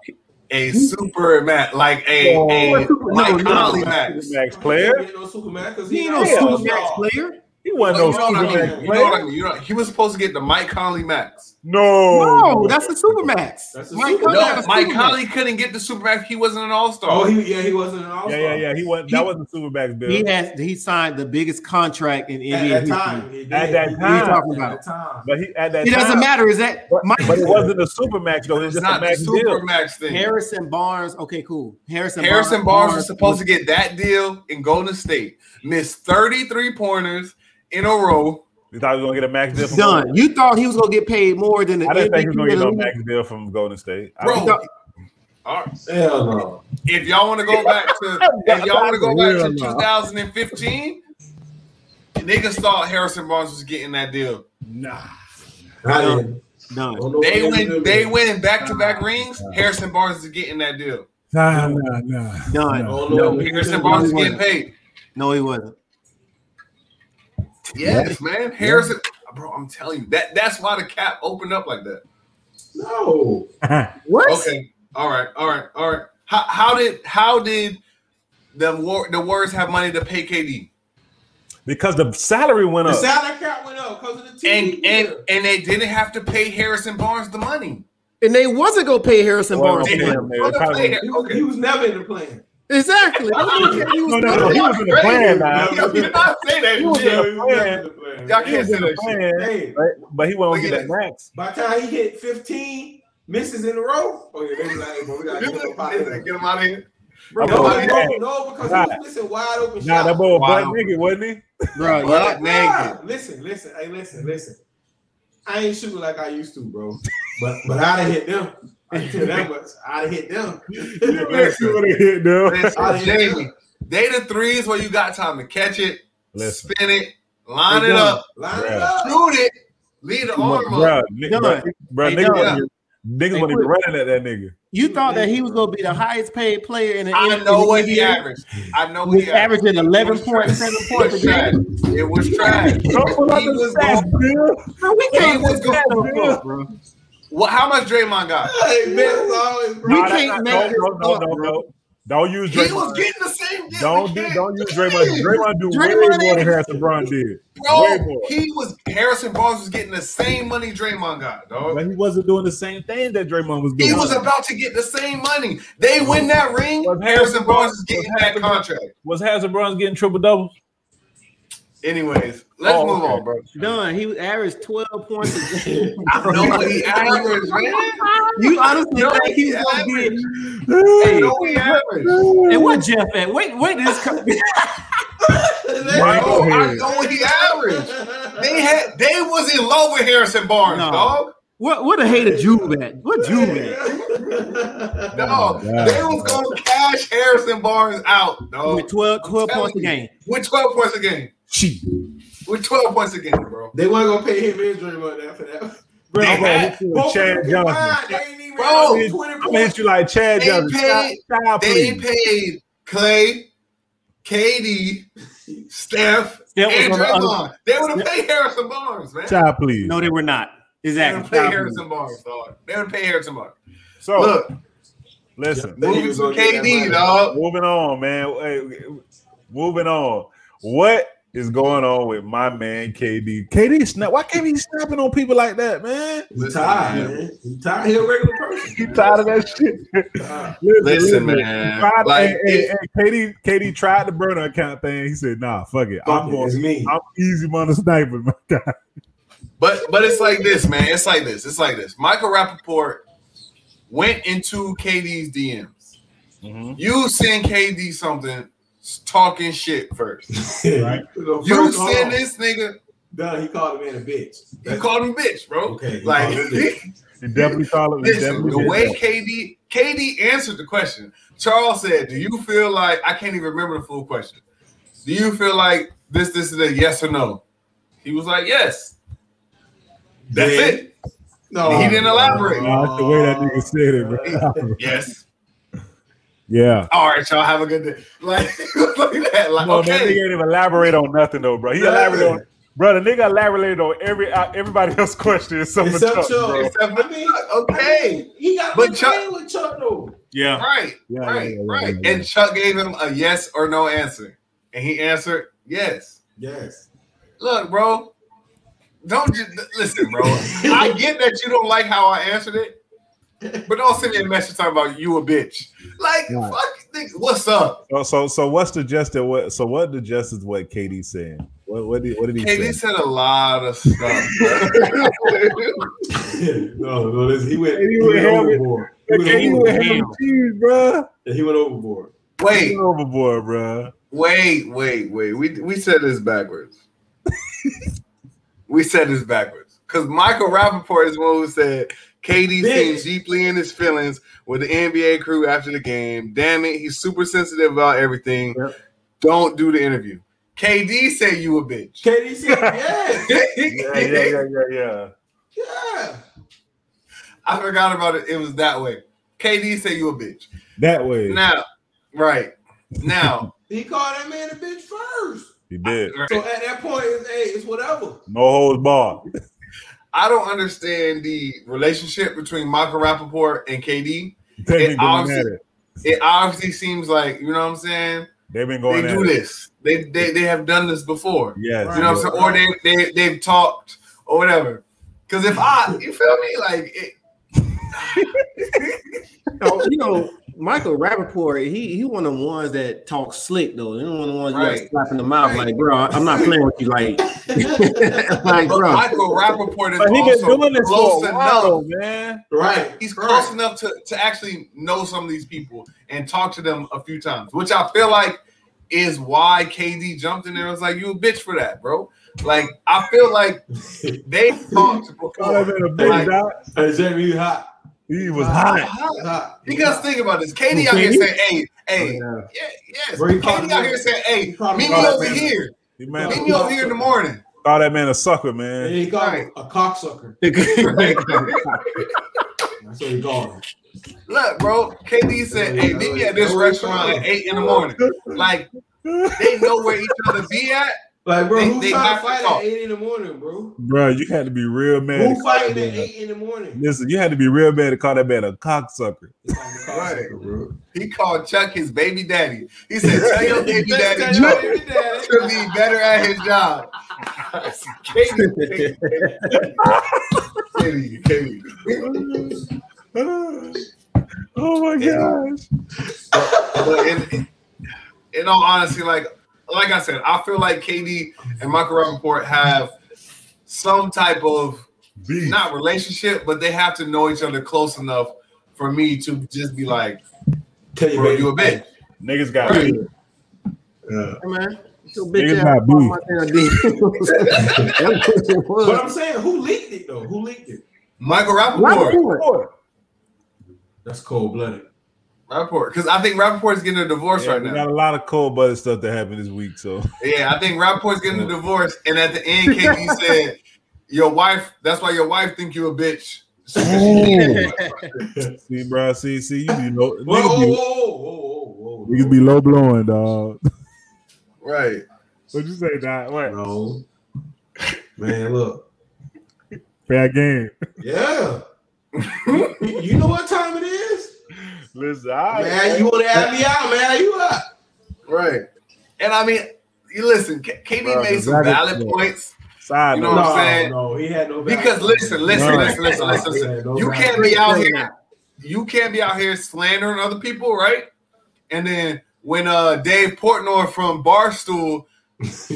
Speaker 3: A super max, like a, a
Speaker 4: No,
Speaker 3: Mike
Speaker 4: no,
Speaker 3: Conley
Speaker 4: no.
Speaker 3: max.
Speaker 1: Max player.
Speaker 2: He ain't no Superman because
Speaker 4: He ain't no
Speaker 1: Yeah.
Speaker 4: Supermax player.
Speaker 1: He wasn't
Speaker 3: No,
Speaker 1: no
Speaker 3: you know what I
Speaker 1: Supermax
Speaker 3: mean. You know what I
Speaker 1: player.
Speaker 3: mean. You know, he was supposed to get the Mike Conley max.
Speaker 1: No,
Speaker 4: Oh, No, that's a Supermax.
Speaker 2: That's a
Speaker 4: Mike
Speaker 2: Supermax.
Speaker 4: Conley
Speaker 3: No,
Speaker 4: had a
Speaker 3: Mike
Speaker 4: Supermax.
Speaker 3: Conley couldn't get the super max. He wasn't an all star.
Speaker 2: Oh, he yeah, he wasn't an all
Speaker 1: Yeah, yeah, yeah. He wasn't. That wasn't Supermax bill.
Speaker 4: He has he signed the biggest contract in
Speaker 2: At
Speaker 4: NBA
Speaker 2: that
Speaker 4: history.
Speaker 2: time, he did.
Speaker 1: At that
Speaker 2: He did.
Speaker 1: time.
Speaker 4: Talking about
Speaker 2: At that time.
Speaker 1: But he at that
Speaker 4: It doesn't
Speaker 1: time-
Speaker 4: matter. Is that
Speaker 1: But,
Speaker 4: Mike
Speaker 1: but it wasn't a Supermax though. It was
Speaker 3: it's
Speaker 1: just a
Speaker 3: not the
Speaker 1: max
Speaker 3: super
Speaker 1: deal.
Speaker 3: max thing.
Speaker 4: Harrison Barnes? Okay, cool. Harrison
Speaker 3: Harrison Barnes was supposed to get that deal in Golden State. Missed 33 pointers in a row.
Speaker 1: You thought he was gonna get a max deal. From
Speaker 4: done. You thought he was gonna get paid more than the
Speaker 1: I didn't think he was gonna
Speaker 4: MVP
Speaker 1: get no
Speaker 4: of the
Speaker 1: max deal from Golden State. I
Speaker 3: Bro.
Speaker 1: don't-
Speaker 3: All right.
Speaker 2: Hell no.
Speaker 3: If y'all want to go back to if y'all want to go back to 2015, niggas thought Harrison Barnes was getting that deal.
Speaker 1: nah.
Speaker 2: Not yet.
Speaker 4: league. Done.
Speaker 2: Don't know
Speaker 3: They
Speaker 2: what do.
Speaker 3: win. They win back to back rings. Harrison Barnes is getting that deal.
Speaker 1: Nah, nah, nah.
Speaker 4: Done.
Speaker 1: No.
Speaker 2: Don't know
Speaker 3: No,
Speaker 2: what they
Speaker 3: Harrison
Speaker 2: do.
Speaker 3: Barnes is getting paid.
Speaker 4: No, he wasn't.
Speaker 3: Yes, man. Harrison, bro. I'm telling you that. That's why the cap opened up like that.
Speaker 2: No.
Speaker 4: What?
Speaker 3: Okay. All right. All right. All right. How, how did how did the war the Warriors have money to pay KD
Speaker 1: Because the salary went
Speaker 2: The
Speaker 1: up.
Speaker 2: salary cap went up because of the team.
Speaker 3: and and and they didn't have to pay Harrison Barnes the money.
Speaker 4: And they wasn't gonna pay Harrison
Speaker 1: Well,
Speaker 4: Barnes.
Speaker 1: they
Speaker 4: more.
Speaker 1: didn't. probably-
Speaker 2: he, was, he was never in the plan.
Speaker 4: Exactly. That's what I'm saying. He was
Speaker 1: No, no, no. He was in the plan, man.
Speaker 3: You cannot say that.
Speaker 1: was
Speaker 3: shit.
Speaker 1: in the plan.
Speaker 2: plan.
Speaker 3: Y'all
Speaker 1: He
Speaker 3: can't
Speaker 1: was
Speaker 3: say
Speaker 1: in the
Speaker 3: that. shit.
Speaker 1: plan,
Speaker 2: Hey,
Speaker 1: but- but he
Speaker 3: Look
Speaker 1: wasn't
Speaker 3: at
Speaker 1: get that max.
Speaker 2: by the time he hit 15 misses in a row, oh yeah, they was like, hey, bro, we gotta get him up out of here.
Speaker 3: Get him out of here.
Speaker 1: Bro,
Speaker 2: No,
Speaker 1: like,
Speaker 2: no,
Speaker 1: hey,
Speaker 2: no, because
Speaker 1: Nah.
Speaker 2: he was missing wide open
Speaker 1: Nah,
Speaker 2: shots.
Speaker 1: that boy a
Speaker 3: Wow.
Speaker 1: butt nigga, wasn't he?
Speaker 4: Bro, yeah.
Speaker 3: Butt naked.
Speaker 2: Nah, Listen, listen, hey, listen, listen. I ain't shooting like I used to, bro. But but I'd have hit them. I can tell that much. I'd have hit them.
Speaker 1: You actually would have hit, dude.
Speaker 3: Listen, Jamie, they the threes where you got time to catch it,
Speaker 1: Listen,
Speaker 3: spin it, line
Speaker 4: They
Speaker 3: it
Speaker 4: done.
Speaker 3: up,
Speaker 2: Line
Speaker 1: Bruh.
Speaker 2: it up.
Speaker 3: shoot it, lead the arm up.
Speaker 1: bro,
Speaker 4: Done.
Speaker 1: bro,
Speaker 4: They
Speaker 1: niggas
Speaker 4: done.
Speaker 1: wasn't niggas wasn't even running at that nigga.
Speaker 4: You thought that he was gonna be the highest paid player in the
Speaker 3: I
Speaker 4: in
Speaker 3: know
Speaker 4: the
Speaker 3: what he
Speaker 4: NBA.
Speaker 3: averaged. I know what
Speaker 4: He's
Speaker 3: Oh, he averaged.
Speaker 4: averaging
Speaker 3: It
Speaker 4: eleven
Speaker 3: was
Speaker 4: point
Speaker 3: trash.
Speaker 4: seven
Speaker 3: It was
Speaker 4: points a
Speaker 3: trash.
Speaker 4: game.
Speaker 3: It was trash.
Speaker 1: Don't pull out
Speaker 3: He was
Speaker 1: the stats, dude.
Speaker 4: Bro, we
Speaker 3: He
Speaker 4: can't
Speaker 3: was
Speaker 4: put that
Speaker 1: going-
Speaker 4: up, bro.
Speaker 3: What, how much Draymond got?
Speaker 2: Hey, man, it's always, bro.
Speaker 4: We
Speaker 1: Nah, that-
Speaker 4: can't
Speaker 1: nah,
Speaker 4: make
Speaker 1: no,
Speaker 4: this
Speaker 1: no,
Speaker 4: up,
Speaker 1: no,
Speaker 4: bro.
Speaker 1: no. Don't use
Speaker 3: He was
Speaker 1: Draymond.
Speaker 3: getting the same deal.
Speaker 1: Don't
Speaker 3: We
Speaker 1: do,
Speaker 3: can't-
Speaker 1: don't use Draymond. Draymond do way
Speaker 4: Draymond
Speaker 1: more
Speaker 4: ain't-
Speaker 1: than Harrison Brown did, way
Speaker 3: Bro,
Speaker 1: more.
Speaker 3: he was Harrison Barnes was getting the same money Draymond got, dog.
Speaker 1: but he wasn't doing the same thing that Draymond was doing.
Speaker 3: Oh. He was about to get the same money. They win that ring.
Speaker 1: Was
Speaker 3: Harrison
Speaker 1: Harrison
Speaker 3: Barnes
Speaker 1: Barnes-
Speaker 3: is getting
Speaker 1: was
Speaker 3: that
Speaker 1: Harrison-
Speaker 3: contract.
Speaker 1: was Harrison Brown getting triple doubles?
Speaker 3: Anyways, let's
Speaker 1: Oh,
Speaker 3: move
Speaker 1: okay.
Speaker 3: on, bro.
Speaker 4: Done. He averaged twelve points a game.
Speaker 3: Nobody averaged, man.
Speaker 4: You honestly
Speaker 3: No,
Speaker 4: think he was
Speaker 3: yeah,
Speaker 4: gonna get?
Speaker 1: Hey,
Speaker 3: Nobody averaged.
Speaker 4: And what Jeff at? Wait, wait, this. co-
Speaker 1: Right.
Speaker 3: Bro, I know he averaged. They had they was in love with Harrison Barnes,
Speaker 4: No.
Speaker 3: dog.
Speaker 4: What what a hater Jube at? What Jube at? Oh
Speaker 3: Dog.
Speaker 1: my God.
Speaker 3: They was gonna cash Harrison Barnes out,
Speaker 4: With
Speaker 3: dog.
Speaker 4: 12, 12
Speaker 3: telling
Speaker 4: points a
Speaker 3: you.
Speaker 4: game.
Speaker 3: With 12 points a game.
Speaker 1: cheat.
Speaker 3: With 12 points a game, bro.
Speaker 2: They weren't gonna pay him his dream money after that. Bro,
Speaker 3: They
Speaker 1: I'm
Speaker 3: had-
Speaker 1: gonna hit you with Chad Johnson.
Speaker 2: They ain't even three
Speaker 3: Bro,
Speaker 2: hours, twenty
Speaker 1: I'm gonna
Speaker 2: points.
Speaker 1: hit you like Chad
Speaker 3: They
Speaker 1: Johnson. Stop,
Speaker 3: paid-
Speaker 1: stop,
Speaker 3: They
Speaker 1: please.
Speaker 3: paid Clay, KD, Steph,
Speaker 4: That was
Speaker 3: and
Speaker 4: on the other-
Speaker 3: Draymond. They would have paid Harrison Barnes, man.
Speaker 1: Stop, please.
Speaker 4: no, they were not.
Speaker 3: They would
Speaker 4: Exactly.
Speaker 3: have paid Harrison Barnes, dog. They would have paid Harrison Barnes.
Speaker 1: So
Speaker 3: Look,
Speaker 1: listen,
Speaker 2: They
Speaker 3: moving
Speaker 2: was
Speaker 3: to
Speaker 2: gonna get that money.
Speaker 3: KD, dog.
Speaker 1: moving on, man. Hey, moving on. What is going on with my man KD? KD snap. Why can't he snapping on people like that, man?
Speaker 2: He tired, man. He tired. He a regular person.
Speaker 1: You tired of that shit?
Speaker 2: Tired.
Speaker 3: Listen, man.
Speaker 1: Tried,
Speaker 3: Like,
Speaker 1: hey, hey,
Speaker 3: it-
Speaker 1: hey, Katie, Katie tried to burn her account thing. He said, "Nah, fuck it.
Speaker 2: Fuck
Speaker 1: I'm
Speaker 2: it, it's
Speaker 1: going.
Speaker 2: me.
Speaker 1: I'm easy money sniper, my guy."
Speaker 3: But but it's like this, man. It's like this. It's like this. Michael Rappaport went into KD's DMs. You send KD something s- talking shit first.
Speaker 1: Right.
Speaker 3: You
Speaker 2: First call.
Speaker 3: send this nigga,
Speaker 2: No, he called him in a bitch.
Speaker 3: you called him bitch, bro.
Speaker 2: Okay, you
Speaker 3: Like
Speaker 2: called him bitch.
Speaker 1: He definitely called it. he
Speaker 3: listen,
Speaker 1: definitely
Speaker 3: the
Speaker 1: did
Speaker 3: way
Speaker 1: that.
Speaker 3: KD KD answered the question. Charles said, Do you feel like I can't even remember the full question? Do you feel like this, this, and that, yes or no? He was like, Yes. That's
Speaker 2: Yeah.
Speaker 3: it.
Speaker 2: No,
Speaker 3: He didn't elaborate.
Speaker 1: I like the way that nigga said it, bro.
Speaker 3: Yes.
Speaker 1: yeah.
Speaker 3: all right, y'all have a good day. Like, like that. Like,
Speaker 1: No, that
Speaker 3: okay.
Speaker 1: nigga ain't even elaborate on nothing though, bro. He elaborated on, bro. The nigga elaborated on every uh, everybody else's question. It's something
Speaker 2: Except
Speaker 1: tough,
Speaker 2: Chuck.
Speaker 1: bro.
Speaker 2: Except- I mean,
Speaker 3: okay.
Speaker 2: he got
Speaker 3: But
Speaker 2: but
Speaker 3: Chuck-
Speaker 2: Chuck with Chuck though.
Speaker 4: Yeah.
Speaker 3: Right,
Speaker 1: Yeah, yeah,
Speaker 3: right,
Speaker 1: yeah, yeah,
Speaker 3: right.
Speaker 1: yeah.
Speaker 3: And Chuck gave him a yes or no answer. And he answered yes.
Speaker 2: Yes.
Speaker 3: Look, bro, don't just listen, bro. I get that you don't like how I answered it, but don't send me a message talking about you a bitch. Like,
Speaker 1: Right.
Speaker 3: fuck, nigga, what's up?
Speaker 1: So, so, so what's the justice? What? So, what the justice? What Katie saying? What? What did? What did he
Speaker 3: Hey, they
Speaker 1: say?
Speaker 3: said a lot of stuff. bro.
Speaker 2: no, no, listen, he went,
Speaker 1: And he
Speaker 2: he
Speaker 1: went
Speaker 2: went
Speaker 1: ham-
Speaker 2: overboard. He went
Speaker 1: Katie
Speaker 2: overboard.
Speaker 1: went ham and cheese, bro.
Speaker 2: He went overboard.
Speaker 3: Wait,
Speaker 1: Went overboard, bro.
Speaker 3: Wait, wait, wait. We we said this backwards. we said this backwards because Michael Rappaport is the one who said KD seems deeply in his feelings with the NBA crew after the game. Damn it, he's super sensitive about everything.
Speaker 1: Yep.
Speaker 3: Don't do the interview. KD said you a bitch.
Speaker 2: KD said, yes.
Speaker 1: Yeah, yeah, yeah, yeah, yeah.
Speaker 2: yeah.
Speaker 3: I forgot about it. It was that way. KD said you a bitch.
Speaker 1: That way,
Speaker 3: Now, right now,
Speaker 2: He called that man a bitch first.
Speaker 1: he did.
Speaker 3: right.
Speaker 2: So at that point, it's, hey, it's whatever.
Speaker 1: No holds barred.
Speaker 3: I don't understand the relationship between Michael Rappaport and KD.
Speaker 1: They've been going at
Speaker 3: obviously-
Speaker 1: it.
Speaker 3: it obviously seems like you know what I'm saying.
Speaker 1: They've been
Speaker 3: They
Speaker 1: going at
Speaker 3: do
Speaker 1: it.
Speaker 3: this. They they, they have done this before.
Speaker 1: Yes.
Speaker 3: You know what I'm saying, or they they they've talked or whatever. Because if I, you feel me, like it,
Speaker 4: No, you know, Michael Rappaport, he he one of the ones that talk slick though. He one of the ones you
Speaker 3: Right.
Speaker 4: got slapping the mouth
Speaker 3: Right.
Speaker 4: like, bro, I'm not playing with you, like, like,
Speaker 3: but
Speaker 4: bro.
Speaker 3: Michael Rappaport is
Speaker 1: But he been
Speaker 3: also
Speaker 1: doing this
Speaker 3: close
Speaker 1: for a while,
Speaker 3: enough.
Speaker 1: man.
Speaker 2: right.
Speaker 3: He's
Speaker 2: Right.
Speaker 3: close enough to, to actually know some of these people and talk to them a few times, which I feel like is why KD jumped in there and was like, "You a bitch for that, bro." Like I feel like they talked
Speaker 1: Call that
Speaker 3: before.
Speaker 1: man a big
Speaker 3: Like,
Speaker 1: dog.
Speaker 2: Hey, Jamie, you hot.
Speaker 1: He was hot.
Speaker 2: Hot.
Speaker 3: Because think about this, KD out here
Speaker 4: KD?
Speaker 3: saying, "Hey, hey,
Speaker 4: Yeah.
Speaker 3: yeah, yes."
Speaker 2: Bro, he called
Speaker 3: KD
Speaker 2: him
Speaker 3: out
Speaker 2: out.
Speaker 3: here saying, "Hey,
Speaker 2: He called
Speaker 3: meet
Speaker 2: him
Speaker 3: me
Speaker 2: out.
Speaker 3: over here.
Speaker 1: He
Speaker 2: Yeah.
Speaker 1: man,
Speaker 3: Meat me over here in the morning."
Speaker 1: call that man a sucker,
Speaker 2: And
Speaker 1: man.
Speaker 2: he called
Speaker 3: Right.
Speaker 2: him a cocksucker. That's what he called him.
Speaker 3: Look, bro, KD said, "Hey, meet me at this restaurant at eight in the morning." Like they know where each other be at.
Speaker 2: Like, bro,
Speaker 3: They-
Speaker 2: who's
Speaker 3: they
Speaker 2: trying
Speaker 3: have
Speaker 2: to
Speaker 3: to
Speaker 2: fight
Speaker 3: talk.
Speaker 2: at 8 in the morning, bro?
Speaker 1: Bro, you had to be real mad.
Speaker 2: Who fighting at
Speaker 1: Yeah.
Speaker 2: 8 in the morning?
Speaker 1: Listen, you had to be real mad to call that man a cocksucker.
Speaker 3: Right.
Speaker 2: Right.
Speaker 3: He called Chuck his baby daddy. He said, "Tell your baby daddy Chuck
Speaker 2: Daddy, daddy.
Speaker 3: to be better at his job." I said, KD, KD, KD.
Speaker 1: oh my gosh.
Speaker 3: But in, in all honesty, like like I said, I feel like KD and Michael Rappaport have some type of
Speaker 1: Beef.
Speaker 3: not relationship, but they have to know each other close enough for me to just be like,
Speaker 2: Tell your
Speaker 3: bro,
Speaker 2: baby
Speaker 3: you a bitch.
Speaker 1: Niggas got
Speaker 3: Right.
Speaker 1: beef.
Speaker 2: Yeah.
Speaker 4: Hey, man. Your
Speaker 1: Niggas
Speaker 4: bitch ass
Speaker 1: not
Speaker 4: caught
Speaker 1: beef.
Speaker 4: my damn dick. That's what it was.
Speaker 2: But I'm saying, who leaked it though? Who leaked it?
Speaker 3: Michael Rappaport.
Speaker 4: Rappaport.
Speaker 2: That's cold blooded.
Speaker 3: Rappaport. Because I think Rappaport is getting a divorce
Speaker 1: Yeah,
Speaker 3: right
Speaker 1: we
Speaker 3: now.
Speaker 1: got a lot of cold blooded stuff that happened this week, so
Speaker 3: Yeah, I think Rapport's getting a divorce, and at the end, KD said, "Your wife. That's why your wife think you a bitch.
Speaker 1: see, bro, see, see, you be low.
Speaker 2: Whoa,
Speaker 1: Niggas
Speaker 2: whoa,
Speaker 1: be,
Speaker 2: whoa, whoa, whoa, whoa.
Speaker 1: niggas be low blowing, dog.
Speaker 3: right.
Speaker 1: what you say, dog? What?
Speaker 2: No. Man, look.
Speaker 1: Fair game.
Speaker 2: Yeah. you know what time it is?
Speaker 1: Listen, I
Speaker 2: Man, you want to add me out, man. You up.
Speaker 3: Right. And I mean, you listen, K- KD
Speaker 1: Bro,
Speaker 3: made some
Speaker 1: exactly.
Speaker 3: valid points.
Speaker 1: side
Speaker 3: you
Speaker 1: note.
Speaker 3: know what I'm saying?
Speaker 2: No, he had no value.
Speaker 3: Because listen, listen,
Speaker 1: No.
Speaker 3: listen, listen, listen,
Speaker 2: He
Speaker 3: listen.
Speaker 2: had no
Speaker 3: You
Speaker 2: value.
Speaker 3: can't be out here, you can't be out here slandering other people, right? And then when uh Dave Portnoy from Barstool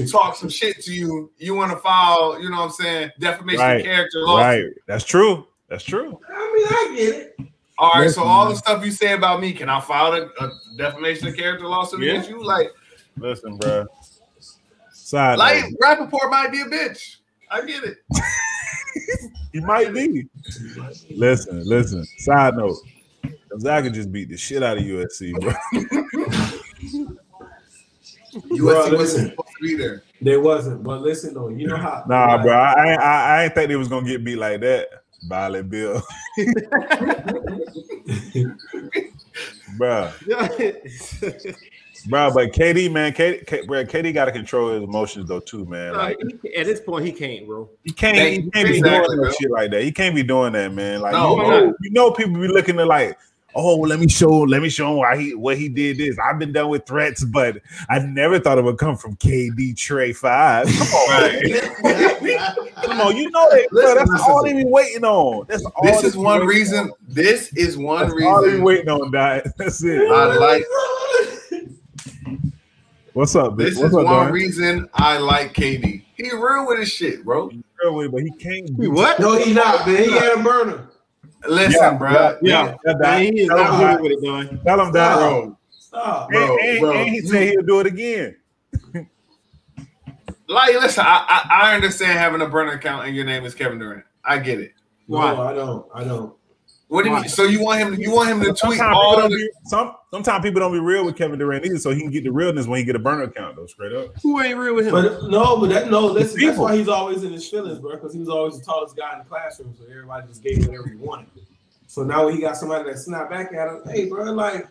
Speaker 3: talk some shit to you, you want to file, you know what I'm saying, defamation
Speaker 1: Right.
Speaker 3: of character law.
Speaker 1: Right. That's true. That's true.
Speaker 2: I mean, I get it.
Speaker 3: All right, so
Speaker 1: Listen,
Speaker 3: all
Speaker 1: man.
Speaker 3: the stuff you say about me, can I file a, a defamation of character lawsuit
Speaker 1: Yeah.
Speaker 3: against you? Like,
Speaker 1: Listen, bro. Side
Speaker 3: like
Speaker 1: note.
Speaker 3: Rappaport might be a bitch. I get it.
Speaker 1: He might be. Listen, listen. Side note. Gonzaga just beat the shit out of USC, bro.
Speaker 3: USC
Speaker 2: listen.
Speaker 3: wasn't supposed to be there.
Speaker 2: There wasn't, but listen though, you know how
Speaker 1: Nah, bro. I I, I ain't think they was gonna get beat like that. Violet Bill. Bruh, bruh, but KD, man, KD, K, bruh, KD got to control his emotions though too, man. Like
Speaker 4: At this point, he can't, bro.
Speaker 1: he can't, he can't be
Speaker 3: Exactly,
Speaker 1: doing no
Speaker 3: bro.
Speaker 1: shit like that. He can't be doing that, man. Like
Speaker 3: No,
Speaker 1: you,
Speaker 3: why
Speaker 1: know, you know, people be looking at like, oh, let me show, let me show him why he what he did this. I've been done with threats, but I've never thought it would come from KD Trey Five. Come on, man. Come on, you know that. bro,
Speaker 3: Listen,
Speaker 1: that's
Speaker 3: listen.
Speaker 1: all they be waiting on. That's all.
Speaker 3: This
Speaker 1: they
Speaker 3: is
Speaker 1: be
Speaker 3: one
Speaker 1: waiting on.
Speaker 3: reason. This is one
Speaker 1: That's all they be
Speaker 3: reason.
Speaker 1: waiting on, Dot. That's it.
Speaker 3: I like
Speaker 1: What's up, bitch?
Speaker 3: this
Speaker 1: What's
Speaker 3: is
Speaker 1: up,
Speaker 3: one
Speaker 1: Dot?
Speaker 3: reason I like KD. He real with his shit, bro.
Speaker 1: But he can't.
Speaker 4: He what?
Speaker 2: no, he not, man. He had a burner.
Speaker 3: Listen,
Speaker 1: Yeah,
Speaker 3: bro.
Speaker 1: yeah.
Speaker 4: Yeah,
Speaker 1: Yeah, Doc.
Speaker 4: man, he is
Speaker 1: Tell him,
Speaker 4: not
Speaker 1: Doc.
Speaker 4: good with it, Don.
Speaker 1: Tell him, Dot.
Speaker 3: Bro,
Speaker 2: Stop.
Speaker 3: Bro,
Speaker 1: and, and-
Speaker 3: bro.
Speaker 1: and he said he'll do it again.
Speaker 3: like, listen. I, I I understand having a burner account and your name is Kevin Durant. I get it.
Speaker 4: Why?
Speaker 2: No, I don't. I don't.
Speaker 3: What do you
Speaker 4: Why?
Speaker 3: mean? So you want him? You want him to tweet
Speaker 1: Sometimes
Speaker 3: all
Speaker 1: people, don't
Speaker 3: of the?
Speaker 1: be, some, sometimes people don't be real with Kevin Durant either, so he can get the realness when he get a burner account, though, straight up.
Speaker 4: Who ain't real with him?
Speaker 2: But no, but that no, listen, that's
Speaker 1: people.
Speaker 2: why he's always in his feelings, bro, because he was always the tallest guy in the classroom, so everybody just gave whatever he wanted. So now when he got somebody that snap back at him, hey bro, like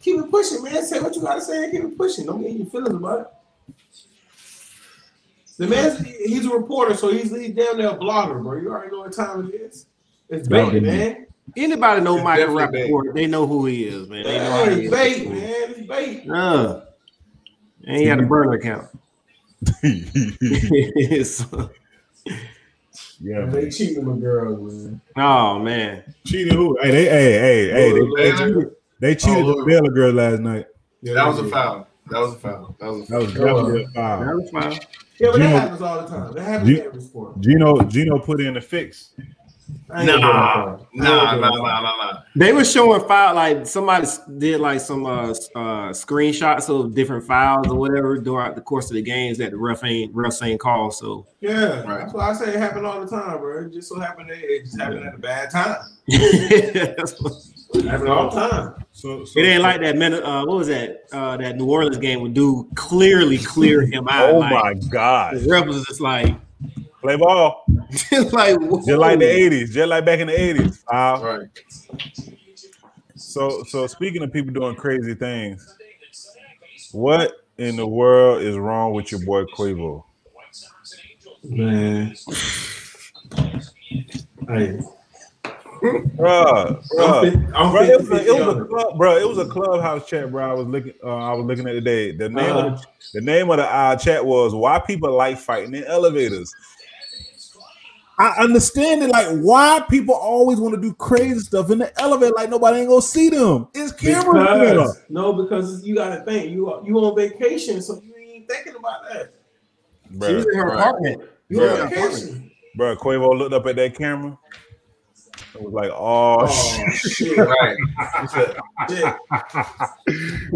Speaker 2: keep it pushing, man. Say what you gotta say and keep it pushing. Don't get in your feelings about it. The man's he's a reporter, so he's, he's damn near a blogger, bro. You already know what time it is. It's
Speaker 1: No,
Speaker 2: bait,
Speaker 1: he-
Speaker 2: man.
Speaker 4: Anybody know
Speaker 3: It's
Speaker 4: Michael
Speaker 3: definitely big.
Speaker 4: Rappaport? They know who he is, man. They know how
Speaker 2: Hey, It's
Speaker 4: he is.
Speaker 2: bait, man. It's bait.
Speaker 4: Uh, and he had a burner account. So-
Speaker 1: yeah,
Speaker 2: They
Speaker 1: man.
Speaker 2: cheating my girls, man.
Speaker 4: oh man,
Speaker 1: cheating who? Hey, they, hey, hey, hey, they,
Speaker 2: Lillard,
Speaker 1: they cheated, they cheated
Speaker 3: Oh,
Speaker 1: the
Speaker 3: Lillard.
Speaker 1: Baylor girl last night.
Speaker 2: Yeah,
Speaker 3: That was a
Speaker 2: yeah.
Speaker 3: foul. That was a foul. That was. A
Speaker 1: That
Speaker 3: foul.
Speaker 1: was definitely a foul.
Speaker 4: that was fine.
Speaker 2: Yeah, but that
Speaker 1: Gino-
Speaker 2: happens all the time. That happens
Speaker 1: Gi-
Speaker 2: in every sport.
Speaker 1: Gino, Gino put in a fix.
Speaker 2: I ain't
Speaker 3: Nah,
Speaker 2: doing that. I
Speaker 3: Nah,
Speaker 2: ain't
Speaker 3: nah,
Speaker 2: doing
Speaker 3: nah,
Speaker 2: that.
Speaker 3: nah, nah.
Speaker 4: They were showing file like somebody s- did like some uh, s- uh screenshots of different files or whatever throughout the course of the games that the ref ain't refs ain't called. So
Speaker 2: Yeah,
Speaker 3: Right.
Speaker 2: that's why I say it happened all the time, bro. It just so happened that it just happened at a bad time.
Speaker 4: That's what-
Speaker 2: It happened all the time.
Speaker 1: So, so
Speaker 4: it ain't like that. Min- uh, what was that? Uh, that New Orleans game would do clearly clear him out.
Speaker 1: Oh
Speaker 4: like,
Speaker 1: my God!
Speaker 4: The ref was just like,
Speaker 1: Play ball,
Speaker 4: just like,
Speaker 1: just like the
Speaker 4: whoa.
Speaker 1: '80s, just like back in the '80s. Foul.
Speaker 3: Right.
Speaker 1: So, so speaking of people doing crazy things, what in the world is wrong with your boy Quavo?
Speaker 2: Man. Hey,
Speaker 1: Bruh,
Speaker 2: I'm
Speaker 1: bruh.
Speaker 2: fit- I'm
Speaker 1: Bro, it was, a,
Speaker 2: 50-50
Speaker 1: it was
Speaker 2: on
Speaker 1: a
Speaker 2: it.
Speaker 1: club, bro. It was a clubhouse chat, bro. I was looking, uh, I was looking at today. The name, of
Speaker 2: Uh-huh.
Speaker 1: the, the name of the uh, chat was "Why people like fighting in elevators." I understand it, like why people always want to do crazy stuff in the elevator, like nobody ain't gonna see them. It's cameras. there.
Speaker 2: Because, no, because you gotta think you are you on vacation, so you ain't thinking about that.
Speaker 4: She
Speaker 1: Bruh,
Speaker 4: was in her
Speaker 3: Bruh.
Speaker 4: apartment. You
Speaker 2: You're
Speaker 4: were
Speaker 1: Bruh.
Speaker 4: in her
Speaker 2: on
Speaker 4: apartment.
Speaker 2: vacation.
Speaker 1: Bruh, Quavo looked up at that camera. It was like, oh,
Speaker 2: Oh shit.
Speaker 3: Right.
Speaker 2: shit.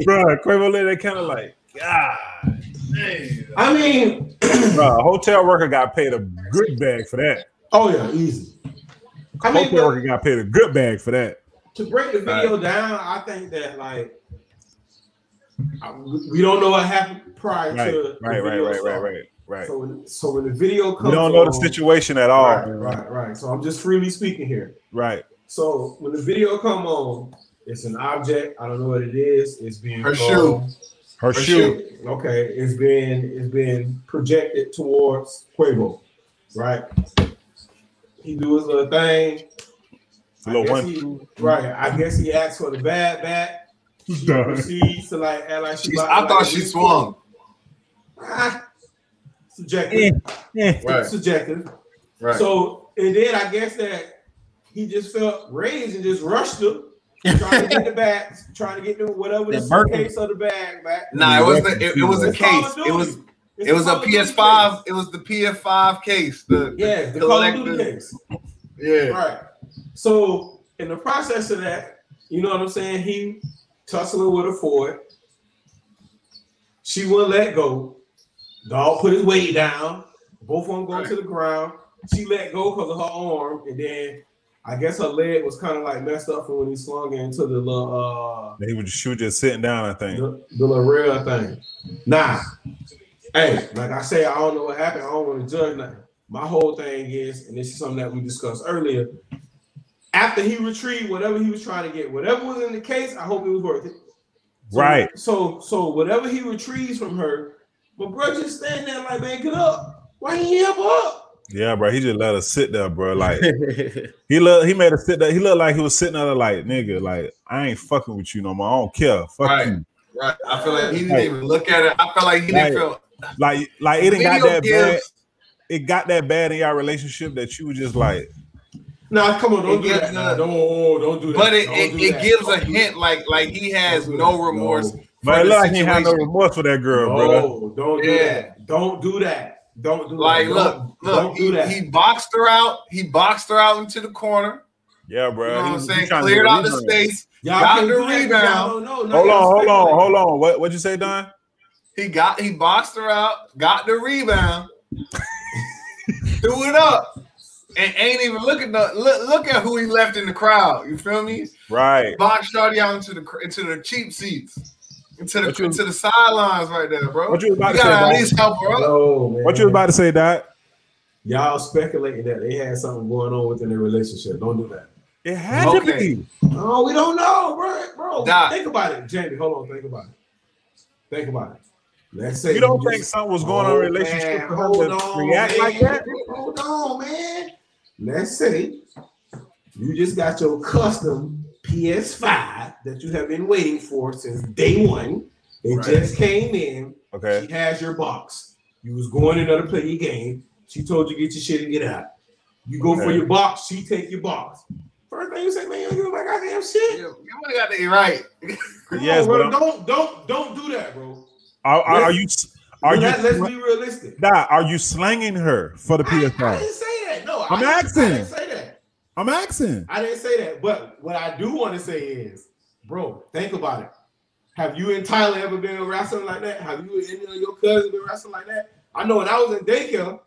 Speaker 1: bro, Quavo looked at that camera like, God,
Speaker 2: I mean,
Speaker 1: bro. A hotel worker got paid a good bag for that.
Speaker 2: oh yeah, easy. I mean,
Speaker 1: hotel
Speaker 2: but-
Speaker 1: worker got paid a good bag for that.
Speaker 2: to break the video down, I think that like I- we don't know what happened prior
Speaker 1: Right,
Speaker 2: to the
Speaker 1: right, right,
Speaker 2: video
Speaker 1: right, right,
Speaker 2: song.
Speaker 1: right, Right.
Speaker 2: So when, so when the video comes,
Speaker 1: we don't know the
Speaker 2: on-
Speaker 1: situation at all.
Speaker 2: Right, right, right. So I'm just freely speaking here.
Speaker 1: Right.
Speaker 2: So when the video come on, it's an object. I don't know what it is. It's being
Speaker 3: Her
Speaker 2: thrown.
Speaker 1: Her,
Speaker 3: Her
Speaker 1: shoe.
Speaker 3: shoe.
Speaker 2: Okay, it's been it's been projected towards Quavo, right? He do his little thing. I
Speaker 1: Little
Speaker 2: guess
Speaker 1: one.
Speaker 2: he- right. I guess he asked for the bad back. She
Speaker 1: Duh.
Speaker 2: proceeds to like act like she.
Speaker 3: She's,
Speaker 2: about-
Speaker 3: I
Speaker 2: like,
Speaker 3: thought she swung.
Speaker 2: Ah, subjective.
Speaker 5: Eh, eh.
Speaker 3: Right,
Speaker 2: Subjective.
Speaker 3: right.
Speaker 2: So and then I guess that he just felt rage and just rushed her, trying to get the bag, trying to get the whatever the
Speaker 5: That Birkin.
Speaker 2: suitcase or the bag back.
Speaker 3: nah, it wasn't. It, it was a
Speaker 2: It's Call
Speaker 3: case.
Speaker 2: of
Speaker 3: It was.
Speaker 2: Duty. It's
Speaker 3: It was
Speaker 2: Call
Speaker 3: a
Speaker 2: of Duty
Speaker 3: PS5.
Speaker 2: case.
Speaker 3: It was the PS5 case. The,
Speaker 2: Yeah, the Call of Duty
Speaker 3: collector.
Speaker 2: case.
Speaker 3: yeah.
Speaker 2: Right. So in the process of that, you know what I'm saying? He tussling with her for it. She wouldn't let go. Dog put his weight down. Both of them go to the ground. She let go because of her arm, and then I guess her leg was kind of like messed up from when he slung her into the little uh
Speaker 1: He was she was just sitting down. I think.
Speaker 2: the, the little rail thing. Nah. Hey, like I say, I don't know what happened. I don't want to judge nothing. My whole thing is, and this is something that we discussed earlier. After he retrieved whatever he was trying to get, whatever was in the case, I hope it was worth it. So-
Speaker 1: Right.
Speaker 2: So, so whatever he retrieves from her, but bro, just stand there like, man, get up. Why he ain't help her up?
Speaker 1: Yeah, bro. He just let her sit there, bro. Like he look. He made her sit there. He looked like he was sitting there, like nigga. Like I ain't fucking with you no more. I don't care. Fuck
Speaker 3: Right.
Speaker 1: you.
Speaker 3: Right. I feel like he didn't even look at it. I felt like he didn't
Speaker 1: Right.
Speaker 3: feel.
Speaker 1: Like like it ain't got
Speaker 3: Video
Speaker 1: that bad.
Speaker 3: gives-
Speaker 1: It got that bad in y'all relationship that you was just like.
Speaker 2: Nah, come on, don't
Speaker 3: It
Speaker 2: do
Speaker 3: gives
Speaker 2: that.
Speaker 3: a-
Speaker 2: Nah, don't, oh, don't do that.
Speaker 3: But it,
Speaker 2: Don't
Speaker 3: it,
Speaker 2: do
Speaker 3: it
Speaker 2: that.
Speaker 3: gives a
Speaker 2: Don't do
Speaker 3: hint
Speaker 2: that.
Speaker 3: like like he has
Speaker 2: Don't do
Speaker 3: no
Speaker 2: that.
Speaker 3: remorse.
Speaker 2: No.
Speaker 3: for
Speaker 1: But it
Speaker 3: the
Speaker 1: look like he ain't had no
Speaker 3: situation.
Speaker 1: remorse for that girl, bro.
Speaker 2: No, don't do
Speaker 3: Yeah.
Speaker 2: that. Don't do that. Don't do
Speaker 3: Like,
Speaker 2: that.
Speaker 3: look,
Speaker 2: Don't- don't
Speaker 3: look,
Speaker 2: do
Speaker 3: he,
Speaker 2: that.
Speaker 3: he boxed her out. He boxed her out into the corner.
Speaker 1: Yeah, bro.
Speaker 3: You know
Speaker 1: He
Speaker 3: what I'm
Speaker 1: was- he
Speaker 3: saying?
Speaker 1: trying to
Speaker 3: Cleared
Speaker 1: get a
Speaker 3: out the
Speaker 1: rebound.
Speaker 3: space.
Speaker 2: y'all
Speaker 3: got
Speaker 2: can't
Speaker 3: the
Speaker 2: do that 'cause
Speaker 3: rebound.
Speaker 2: y'all don't know. Now
Speaker 1: Hold
Speaker 2: y'all
Speaker 1: on, hold on,
Speaker 2: speculating.
Speaker 1: hold on. What what'd you say, Don?
Speaker 3: He got he boxed her out, got the rebound, threw it up, and ain't even looking the look, look at who he left in the crowd. You feel me?
Speaker 1: Right.
Speaker 3: Boxed Shorty out into the cr- into the cheap seats, into the
Speaker 1: What you-
Speaker 3: into the sidelines right there, bro.
Speaker 1: What you was about to say,
Speaker 3: gotta at
Speaker 1: Don?
Speaker 3: least help her up.
Speaker 2: No, man.
Speaker 1: What you was about to say, Doc?
Speaker 2: Y'all speculating that they had something going on within their relationship. Don't do that.
Speaker 1: It had
Speaker 3: Okay.
Speaker 1: to be.
Speaker 2: No, we don't know, bro. Bro,
Speaker 3: Doc.
Speaker 2: think about it, Jamie. Hold on, think about it. Think about it. Let's say
Speaker 1: You don't
Speaker 2: just-
Speaker 1: think something was going on in a relationship
Speaker 2: Oh, man,
Speaker 1: for
Speaker 2: hold
Speaker 1: her to
Speaker 2: on,
Speaker 1: react
Speaker 2: man.
Speaker 1: like that?
Speaker 2: Hold on, man. Let's say you just got your custom PS5 that you have been waiting for since day one. It
Speaker 1: Right.
Speaker 2: just came in.
Speaker 1: Okay.
Speaker 2: She has your box. You was going in there to play your game. She told you get your shit and get out. You go for
Speaker 1: Okay.
Speaker 2: your box. She take your box. First thing you say, man, you don't give my goddamn
Speaker 3: You,
Speaker 2: shit.
Speaker 3: you would've got to right.
Speaker 2: Come
Speaker 1: Yes,
Speaker 2: on, bro.
Speaker 1: but I'm-
Speaker 2: don't don't don't do that, bro.
Speaker 1: Are, are, are you are you
Speaker 2: Let- let's be realistic.
Speaker 1: Doc, are you slanging her for the
Speaker 2: I, I
Speaker 1: PS5?
Speaker 2: didn't say that. No,
Speaker 1: I'm
Speaker 2: I,
Speaker 1: asking.
Speaker 2: I didn't say that.
Speaker 1: I'm asking.
Speaker 2: I didn't say that. But what I do want to say is, bro, think about it. Have you and Tyler ever been wrestling like that? Have you and any of your cousins been wrestling like that? I know when I was in daycare,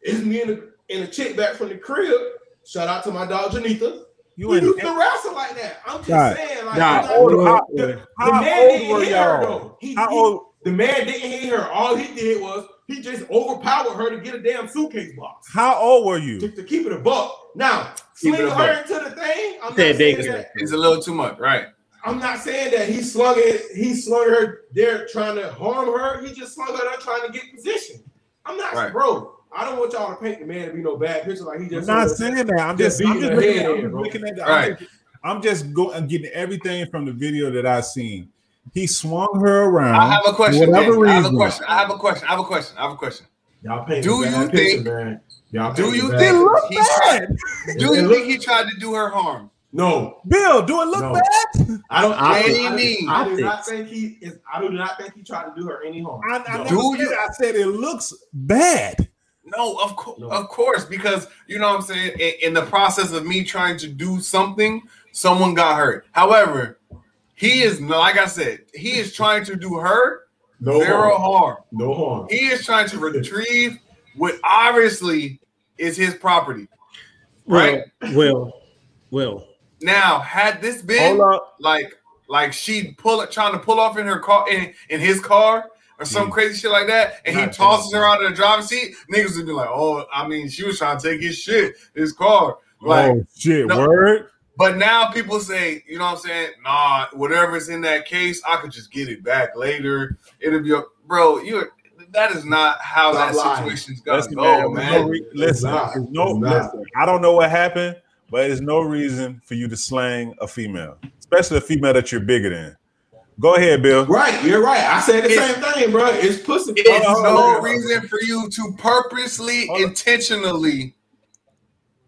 Speaker 2: it's me and a, and a chick back from the crib. Shout out to my dog Janita.
Speaker 1: You
Speaker 2: We
Speaker 1: in
Speaker 2: used to wrestle like that. I'm just
Speaker 1: Nah,
Speaker 2: saying, like,
Speaker 4: nah,
Speaker 2: I'm
Speaker 1: how old,
Speaker 2: not-
Speaker 1: how,
Speaker 2: the, the
Speaker 1: how
Speaker 2: man
Speaker 1: old
Speaker 2: didn't
Speaker 1: were
Speaker 2: hit her
Speaker 1: y'all?
Speaker 2: though. He,
Speaker 1: How
Speaker 2: he-
Speaker 1: old?
Speaker 2: The man didn't hit her. All he did was he just overpowered her to get a damn suitcase box
Speaker 1: How old were
Speaker 2: to,
Speaker 1: you?
Speaker 2: to keep it a buck. Now, sling
Speaker 3: Keep it a
Speaker 2: her
Speaker 3: buck.
Speaker 2: into the thing. I'm not,
Speaker 4: Said
Speaker 2: saying
Speaker 4: Davis.
Speaker 2: that,
Speaker 3: It's a little too much, right?
Speaker 2: I'm not saying that he slung it, he slung her there trying to harm her. He just slung her there trying to get position. I'm not
Speaker 3: Right.
Speaker 2: bro. I don't want y'all to paint the man to be no bad picture like he
Speaker 1: I'm
Speaker 2: just
Speaker 1: not saying that. I'm
Speaker 2: just
Speaker 1: just, I'm
Speaker 2: beating
Speaker 1: just
Speaker 2: her
Speaker 1: looking at,
Speaker 2: head
Speaker 1: I'm
Speaker 2: in,
Speaker 1: just
Speaker 2: bro.
Speaker 1: looking at the.
Speaker 3: Right.
Speaker 1: I'm just going and getting everything from the video that I seen. He swung her around.
Speaker 3: I have a question.
Speaker 1: For whatever
Speaker 3: James. I have a
Speaker 1: reason.
Speaker 3: question. I have a question. I have a question. I have a question.
Speaker 2: y'all paint
Speaker 3: Do
Speaker 2: the
Speaker 3: you
Speaker 2: bad
Speaker 3: think-
Speaker 2: picture, man. Y'all
Speaker 3: Do
Speaker 2: paint
Speaker 3: you
Speaker 2: the
Speaker 3: think
Speaker 2: bad
Speaker 3: he tried, Do
Speaker 2: It
Speaker 3: you
Speaker 2: look-
Speaker 3: think he tried to do her harm?
Speaker 2: No,
Speaker 1: Bill, do it look
Speaker 2: No.
Speaker 1: bad?
Speaker 2: I don't I,
Speaker 3: What do
Speaker 2: do
Speaker 3: you
Speaker 2: I,
Speaker 3: mean?
Speaker 2: I do not think he is I do not think he tried to do her any harm.
Speaker 1: I, I
Speaker 2: No.
Speaker 1: never
Speaker 3: Do
Speaker 1: said
Speaker 3: you-
Speaker 1: I said it looks bad.
Speaker 3: No, of course,
Speaker 2: No.
Speaker 3: of course, because you know what I'm saying. In, in the process of me trying to do something, someone got hurt. However, he is like I said, he is trying to do her
Speaker 2: no
Speaker 3: zero
Speaker 2: harm.
Speaker 3: harm.
Speaker 2: No harm.
Speaker 3: He is trying to retrieve what obviously is his property.
Speaker 4: well, well, well.
Speaker 3: Now, had this been
Speaker 1: Hold up.
Speaker 3: like like she pull trying to pull off in her car in, in his car or some crazy shit like that, and he
Speaker 1: Mm. Not
Speaker 3: tosses
Speaker 1: Johnson.
Speaker 3: her out of the driver's seat, niggas would be like, "Oh, I mean, she was trying to take his shit, his car." Like,
Speaker 1: oh shit,
Speaker 3: no.
Speaker 1: word.
Speaker 3: but now people say, you know what I'm saying? Nah, whatever's in that case, I could just get it back later. It'll be, a, bro. You, are that is not how
Speaker 2: Stop
Speaker 3: that
Speaker 2: lying.
Speaker 3: situation's gonna
Speaker 1: Listen,
Speaker 3: go,
Speaker 1: man,
Speaker 3: man.
Speaker 1: there's no re- listen,
Speaker 2: Nah,
Speaker 1: there's no,
Speaker 2: nah.
Speaker 1: listen, I don't know what happened, but there's no reason for you to slang a female, especially a female that you're bigger than. Go ahead, Bill.
Speaker 2: Right, you're right. I said the
Speaker 3: It's-
Speaker 2: same thing, bro. It's pussy.
Speaker 3: It's
Speaker 1: Hold on,
Speaker 3: no
Speaker 1: hold on.
Speaker 3: reason for you to purposely,
Speaker 1: Hold on.
Speaker 3: intentionally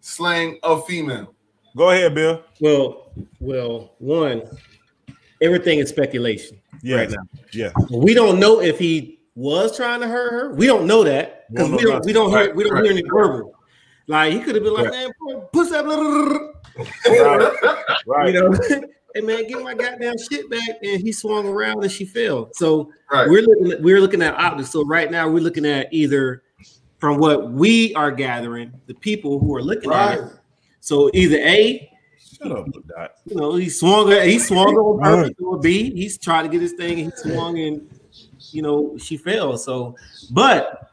Speaker 3: slang a female.
Speaker 1: Go ahead, Bill.
Speaker 4: Well, well, one, everything is speculation.
Speaker 1: Yes,
Speaker 4: Right
Speaker 1: yes.
Speaker 4: We don't know if he was trying to hurt her. We don't know that because
Speaker 1: Won't
Speaker 4: we
Speaker 1: know
Speaker 4: don't we don't hear
Speaker 3: Right,
Speaker 4: we don't
Speaker 3: right.
Speaker 4: hear any verbal. Like he could have been like,
Speaker 1: Right.
Speaker 4: man, boy, push that, blah, blah, blah, blah,"
Speaker 1: Right, right.
Speaker 4: you know, hey man, get my goddamn shit back, and he swung around and she fell. So
Speaker 3: Right.
Speaker 4: we're looking we're looking at optics. So right now we're looking at either from what we are gathering, the people who are looking
Speaker 2: Right.
Speaker 4: at it. So either a
Speaker 1: Shut up, Dot.
Speaker 4: you know, he swung her, he swung on purpose
Speaker 1: Right.
Speaker 4: or B. He's trying to get his thing and he swung and you know she fell. So but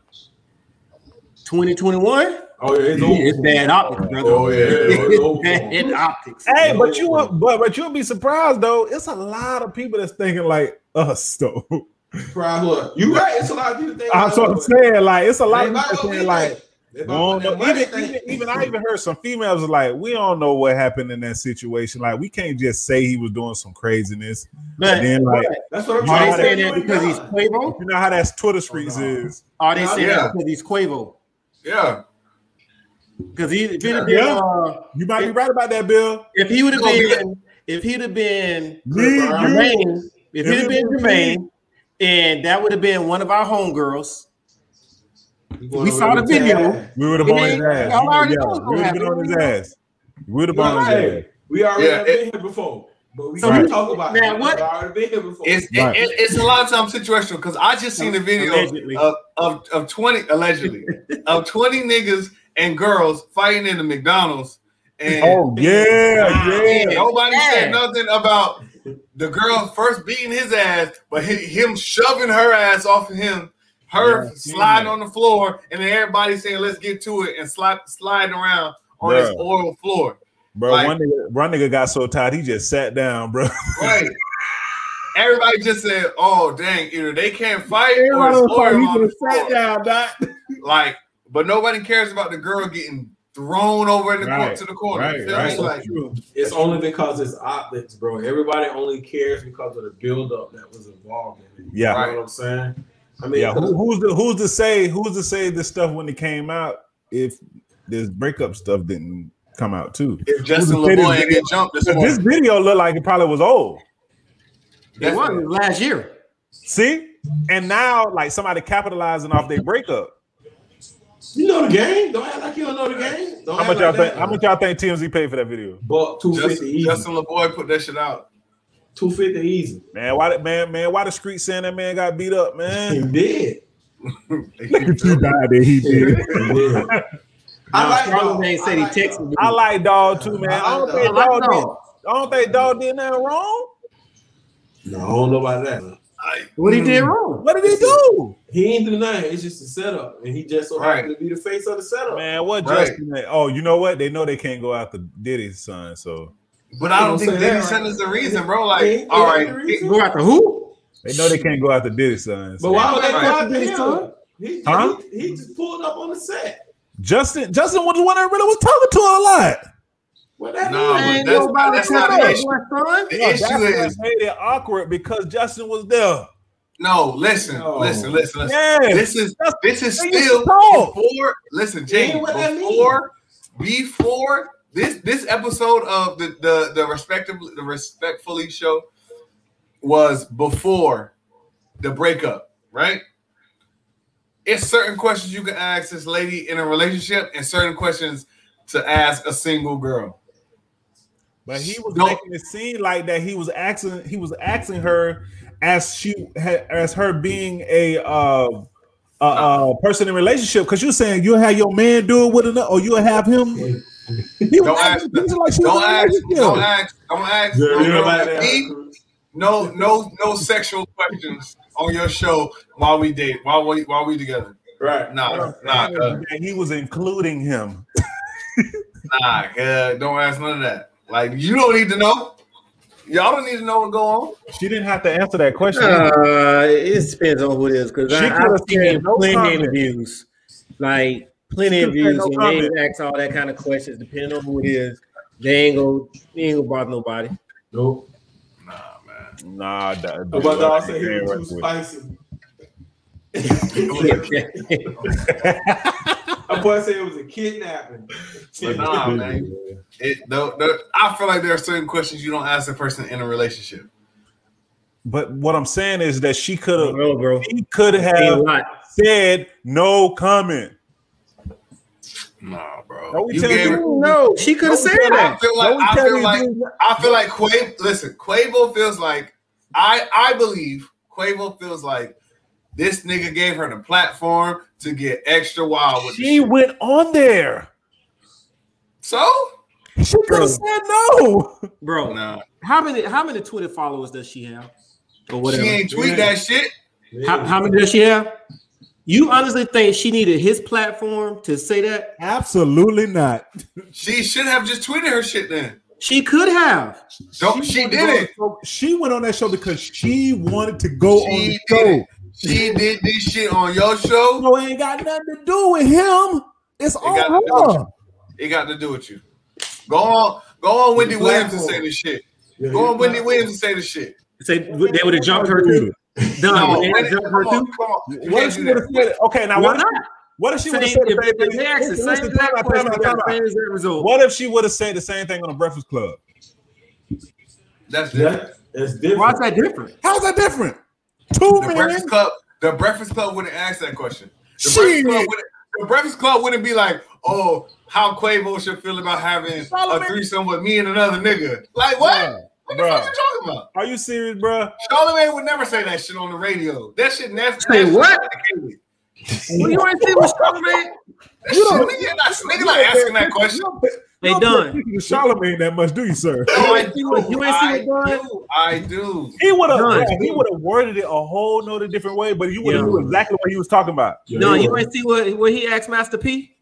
Speaker 4: 2021
Speaker 2: Oh yeah, it's, over.
Speaker 4: it's bad optics, brother.
Speaker 2: Oh, yeah, it's over.
Speaker 4: it's bad optics.
Speaker 1: Hey, but you will, but but you'll be surprised though. It's a lot of people that's thinking like us though.
Speaker 2: Surprise, what? You right. It's a lot of people think.
Speaker 1: That's what I'm
Speaker 2: But
Speaker 1: saying. Like it's a
Speaker 2: they
Speaker 1: lot of
Speaker 2: might
Speaker 1: people
Speaker 2: not
Speaker 1: saying
Speaker 2: be
Speaker 1: like
Speaker 2: thinking. They might
Speaker 1: Well,
Speaker 2: not
Speaker 1: no,
Speaker 2: be
Speaker 1: even,
Speaker 2: thinking.
Speaker 1: even, even I even heard some females was like, we don't know what happened in that situation. Like, we can't just say he was doing some craziness.
Speaker 4: But
Speaker 1: And then, like,
Speaker 2: That's what I'm
Speaker 1: You know
Speaker 4: are
Speaker 2: trying
Speaker 1: how
Speaker 2: to
Speaker 4: they saying
Speaker 2: say.
Speaker 4: that because he's Quavo?
Speaker 1: you know how that's Twitter streets
Speaker 2: Oh, no.
Speaker 1: is.
Speaker 4: Are they saying
Speaker 3: Yeah.
Speaker 4: that because he's Quavo?
Speaker 3: Yeah.
Speaker 4: Because he if it had been,
Speaker 1: Yeah.
Speaker 4: uh,
Speaker 1: You might be right about that, Bill.
Speaker 4: if he would have
Speaker 3: Oh, yeah.
Speaker 4: been if he'd have been
Speaker 1: Me, you,
Speaker 4: Jermaine, if it had been Jermaine, and that would have been one of our homegirls. We saw the video.
Speaker 1: we would have on his
Speaker 4: It is-
Speaker 1: ass.
Speaker 4: y'all
Speaker 1: You
Speaker 4: already
Speaker 1: know, yeah,
Speaker 4: know what's
Speaker 1: we would have been
Speaker 4: gonna
Speaker 1: on his ass. We would have been on his ass.
Speaker 2: Right. We already
Speaker 3: Yeah,
Speaker 2: have
Speaker 3: it-
Speaker 2: been here before, but we
Speaker 4: So
Speaker 2: can
Speaker 1: we-
Speaker 2: talk about
Speaker 4: now
Speaker 2: it.
Speaker 4: what-
Speaker 2: We already been here before.
Speaker 3: It's, it-
Speaker 1: Right.
Speaker 3: it- it's a lot of times situational because I just seen a video
Speaker 4: Allegedly.
Speaker 3: of, of, of 20, allegedly, of 20 niggas and girls fighting in the McDonald's. And
Speaker 1: Oh, yeah,
Speaker 3: And
Speaker 1: yeah.
Speaker 3: Nobody said
Speaker 4: Yeah.
Speaker 3: nothing about the girl first beating his ass, but hi- him shoving her ass off of him, her
Speaker 1: Yeah, I seen
Speaker 3: sliding
Speaker 1: that.
Speaker 3: on the floor, and then everybody saying, "Let's get to it," and slide sliding around on this
Speaker 1: Bruh.
Speaker 3: oil floor.
Speaker 1: Bro,
Speaker 3: Like-
Speaker 1: one, nigga, one nigga got so tired, he just sat down, bro.
Speaker 3: Right. Everybody just said, "Oh dang!" Either they can't fight or
Speaker 1: Everybody
Speaker 3: it's
Speaker 1: was like,
Speaker 3: oil
Speaker 1: he
Speaker 3: on the
Speaker 1: just
Speaker 3: floor.
Speaker 1: sat down, Doc.
Speaker 3: Like, but nobody cares about the girl getting thrown over in the
Speaker 1: Right,
Speaker 3: court to the corner.
Speaker 1: Right,
Speaker 3: You feel me?
Speaker 1: right.
Speaker 3: Like,
Speaker 2: It's only because it's optics, bro. Everybody only cares because of the buildup that was involved in it.
Speaker 1: Yeah.
Speaker 2: You know what I'm saying? I mean,
Speaker 1: Yeah, who,
Speaker 2: who,
Speaker 1: who's the who's to say who's to say this stuff when it came out if this breakup stuff didn't come out too?
Speaker 3: if Justin
Speaker 1: Who's the
Speaker 3: LeBoy ain't
Speaker 1: biggest-
Speaker 3: get jumped this
Speaker 1: 'Cause
Speaker 3: morning,
Speaker 1: This video looked like it probably was old.
Speaker 4: It was
Speaker 3: definitely.
Speaker 4: last year.
Speaker 1: See, and now like somebody capitalizing off their breakup.
Speaker 2: you know the game? Don't act like you don't know the game. Don't
Speaker 1: How much
Speaker 2: act like
Speaker 1: y'all
Speaker 2: that.
Speaker 1: think? How much y'all think TMZ paid for that video?
Speaker 2: Buck two fifty
Speaker 3: Justin,
Speaker 2: easy.
Speaker 3: Justin LeBoy put that shit out.
Speaker 2: Two fifty easy.
Speaker 1: Man, why did man man why the street saying that man got beat up,
Speaker 2: He
Speaker 1: man?
Speaker 2: did.
Speaker 1: died that he
Speaker 2: He did. I
Speaker 4: Now,
Speaker 2: like
Speaker 4: Charlamagne
Speaker 2: dog.
Speaker 4: said
Speaker 2: I
Speaker 4: he
Speaker 2: like
Speaker 4: texted
Speaker 2: dog.
Speaker 4: me.
Speaker 1: I like dog too, man. I
Speaker 2: I
Speaker 1: don't
Speaker 2: like
Speaker 1: think
Speaker 4: Dog. I
Speaker 1: dog
Speaker 4: like
Speaker 1: did.
Speaker 4: Dog.
Speaker 1: I don't think dog did nothing wrong.
Speaker 2: No, I don't know about that.
Speaker 4: What he
Speaker 1: Mm-hmm.
Speaker 4: did wrong.
Speaker 1: What did he do?
Speaker 2: He ain't do nothing. It's just a setup, and he just so happened to be the face of the setup.
Speaker 1: Man, what
Speaker 3: Right.
Speaker 1: Justin? Oh, you know what? They know they can't go after Diddy's son, so
Speaker 3: But I don't
Speaker 2: I'm
Speaker 3: think
Speaker 2: saying
Speaker 3: Diddy
Speaker 2: that,
Speaker 3: sent us the reason, bro.
Speaker 2: He
Speaker 3: Like,
Speaker 2: ain't
Speaker 3: all
Speaker 2: doing the
Speaker 3: right,
Speaker 2: reason.
Speaker 4: Go after who?
Speaker 1: they know they can't go after Diddy's son.
Speaker 2: But
Speaker 1: so.
Speaker 2: why would they
Speaker 3: Right.
Speaker 2: go out there? Huh? He,
Speaker 1: Huh?
Speaker 2: he, he just pulled up on the set.
Speaker 1: Justin, Justin was the one that really was talking to her a lot.
Speaker 2: What that mean?
Speaker 3: No, but
Speaker 4: Ain't
Speaker 3: that's-
Speaker 4: nobody
Speaker 3: that's not
Speaker 4: tell
Speaker 3: the
Speaker 4: her
Speaker 3: issue.
Speaker 4: what's on.
Speaker 3: the
Speaker 1: Yeah, that's
Speaker 3: issue
Speaker 1: what
Speaker 3: is
Speaker 1: made it awkward because Justin was there.
Speaker 3: no. Listen,
Speaker 2: No.
Speaker 3: listen, listen, listen.
Speaker 1: Yeah,
Speaker 3: This is
Speaker 1: That's-
Speaker 3: this is
Speaker 1: they used to
Speaker 3: still
Speaker 1: talk.
Speaker 3: before. Listen, James.
Speaker 2: what that mean.
Speaker 3: Before before this this episode of the the the respectable the respectfully show was before the breakup, right? It's certain questions you can ask this lady in a relationship, and certain questions to ask a single girl.
Speaker 1: but he was
Speaker 3: No.
Speaker 1: making it seem like that he was asking he was asking her as she as her being a uh a, uh person in relationship because you're saying you'll have your man do it with another or you'll have him. He
Speaker 3: Don't
Speaker 1: was
Speaker 3: ask
Speaker 1: acting like she
Speaker 3: Don't
Speaker 1: was in a
Speaker 3: ask, don't
Speaker 1: relationship.
Speaker 3: ask, don't ask,
Speaker 2: Yeah,
Speaker 3: no,
Speaker 2: you know
Speaker 3: no,
Speaker 2: about that.
Speaker 3: no, no, no sexual questions on your show while we date, while we while we together.
Speaker 2: Right.
Speaker 3: Nah, nah, uh,
Speaker 1: And he was including him.
Speaker 3: nah. Uh, don't ask none of that. Like you don't need to know. Y'all don't need to know what's going on.
Speaker 1: She didn't have to answer that question.
Speaker 4: Uh, it depends on who it is because
Speaker 1: She
Speaker 4: I've
Speaker 1: could've
Speaker 4: seen
Speaker 1: said no
Speaker 4: plenty
Speaker 1: comment.
Speaker 4: of interviews, like plenty of
Speaker 1: She could've
Speaker 4: interviews,
Speaker 1: said
Speaker 4: and
Speaker 1: no
Speaker 4: they ain't ask all that kind of questions. Depending on who it is, they ain't gonna they ain't gonna bother nobody.
Speaker 2: Nope.
Speaker 3: Nah, man.
Speaker 1: nah, that,
Speaker 2: But I also hear too spicy. I boy said it was a kidnapping.
Speaker 3: But nah, man. It, though, though, I feel like there are certain questions you don't ask a person in a relationship.
Speaker 1: But what I'm saying is that she could have,
Speaker 4: no, bro.
Speaker 1: he could
Speaker 4: Ain't a
Speaker 1: have
Speaker 4: lot.
Speaker 1: said no comment.
Speaker 3: Nah, bro.
Speaker 1: Don't we
Speaker 3: You
Speaker 1: tell
Speaker 3: gave-
Speaker 1: you-
Speaker 4: No, she could have said
Speaker 3: I
Speaker 4: that.
Speaker 3: feel like
Speaker 1: Don't
Speaker 3: I
Speaker 1: tell
Speaker 3: feel
Speaker 1: me
Speaker 3: like
Speaker 1: dude-
Speaker 3: I feel like Quavo. Listen, Quavo feels like I I believe Quavo feels like this nigga gave her the platform to get extra wild with.
Speaker 1: She went on there.
Speaker 3: So
Speaker 1: She could
Speaker 4: Bro.
Speaker 1: have said no.
Speaker 4: bro.
Speaker 3: nah,
Speaker 4: How many how many Twitter followers does she have, or
Speaker 3: she
Speaker 4: whatever?
Speaker 3: ain't tweet that shit.
Speaker 4: How, how many does she have? You honestly think she needed his platform to say that?
Speaker 1: Absolutely not.
Speaker 3: She should have just tweeted her shit then.
Speaker 4: She could have.
Speaker 3: Don't she,
Speaker 1: wanted to go on
Speaker 3: did it?
Speaker 1: the show- She went on that show because she wanted to go on
Speaker 3: She
Speaker 1: the
Speaker 3: did
Speaker 1: show.
Speaker 3: it. She did this shit on your show.
Speaker 1: So it ain't got nothing to do with him. It's
Speaker 3: got to do
Speaker 1: all
Speaker 3: with
Speaker 1: her.
Speaker 3: It got to do with you. Go on, go on, Wendy
Speaker 2: The
Speaker 3: Williams and
Speaker 2: platform.
Speaker 3: say this shit.
Speaker 2: Yeah,
Speaker 3: Go
Speaker 2: you-
Speaker 3: on, Wendy Williams and say this shit.
Speaker 4: Say they would have jumped her too. Done.
Speaker 3: No,
Speaker 4: would they
Speaker 3: Wendy,
Speaker 4: have
Speaker 3: come
Speaker 4: jumped her
Speaker 3: on,
Speaker 4: too?
Speaker 3: come on. You
Speaker 1: What
Speaker 3: can't
Speaker 1: if she
Speaker 3: do
Speaker 1: would
Speaker 3: that.
Speaker 1: have said it? Okay, now
Speaker 4: Why
Speaker 1: what? If,
Speaker 4: not?
Speaker 1: what if she would have
Speaker 4: Same-
Speaker 1: said
Speaker 4: if-
Speaker 1: the
Speaker 4: if
Speaker 1: same
Speaker 4: they asked the
Speaker 1: thing? Listen,
Speaker 4: same
Speaker 1: time
Speaker 4: exact
Speaker 1: out, time
Speaker 4: question,
Speaker 1: out,
Speaker 4: they got
Speaker 1: time
Speaker 4: the
Speaker 1: out.
Speaker 4: same exact result.
Speaker 1: What if she would have said the same thing on the Breakfast Club?
Speaker 3: That's different.
Speaker 2: That, that's
Speaker 4: Why is
Speaker 2: different.
Speaker 4: that different?
Speaker 1: How's that different? Two
Speaker 3: The
Speaker 1: men.
Speaker 3: Breakfast Club, the Breakfast Club wouldn't ask that question. The
Speaker 1: Shit.
Speaker 3: Breakfast, Club wouldn't, the Breakfast Club wouldn't be like, "Oh, how Quavo should feel about having a
Speaker 1: Solomon.
Speaker 3: threesome with me and another nigga." Like what? what the
Speaker 1: Bruh.
Speaker 3: fuck you talking about?
Speaker 1: Are you serious, bruh?
Speaker 3: Charlamagne would never say that shit on the radio. That shit nasty.
Speaker 4: Say
Speaker 3: that shit
Speaker 4: what?
Speaker 3: complicated.
Speaker 4: Well, you ain't see what's coming, man.
Speaker 3: That shit, nigga, not, nigga not asking that question.
Speaker 4: They done.
Speaker 1: Charlemagne that much, do you, sir?
Speaker 3: No, I
Speaker 4: ain't see what- you ain't see
Speaker 3: do.
Speaker 4: what
Speaker 3: I
Speaker 4: done?
Speaker 3: do. I do.
Speaker 1: He would have.
Speaker 4: Done.
Speaker 1: He would have worded it a whole nother different way, but you would have
Speaker 4: Yeah.
Speaker 1: knew exactly what he was talking about.
Speaker 4: No, you ain't see what what he asked Master P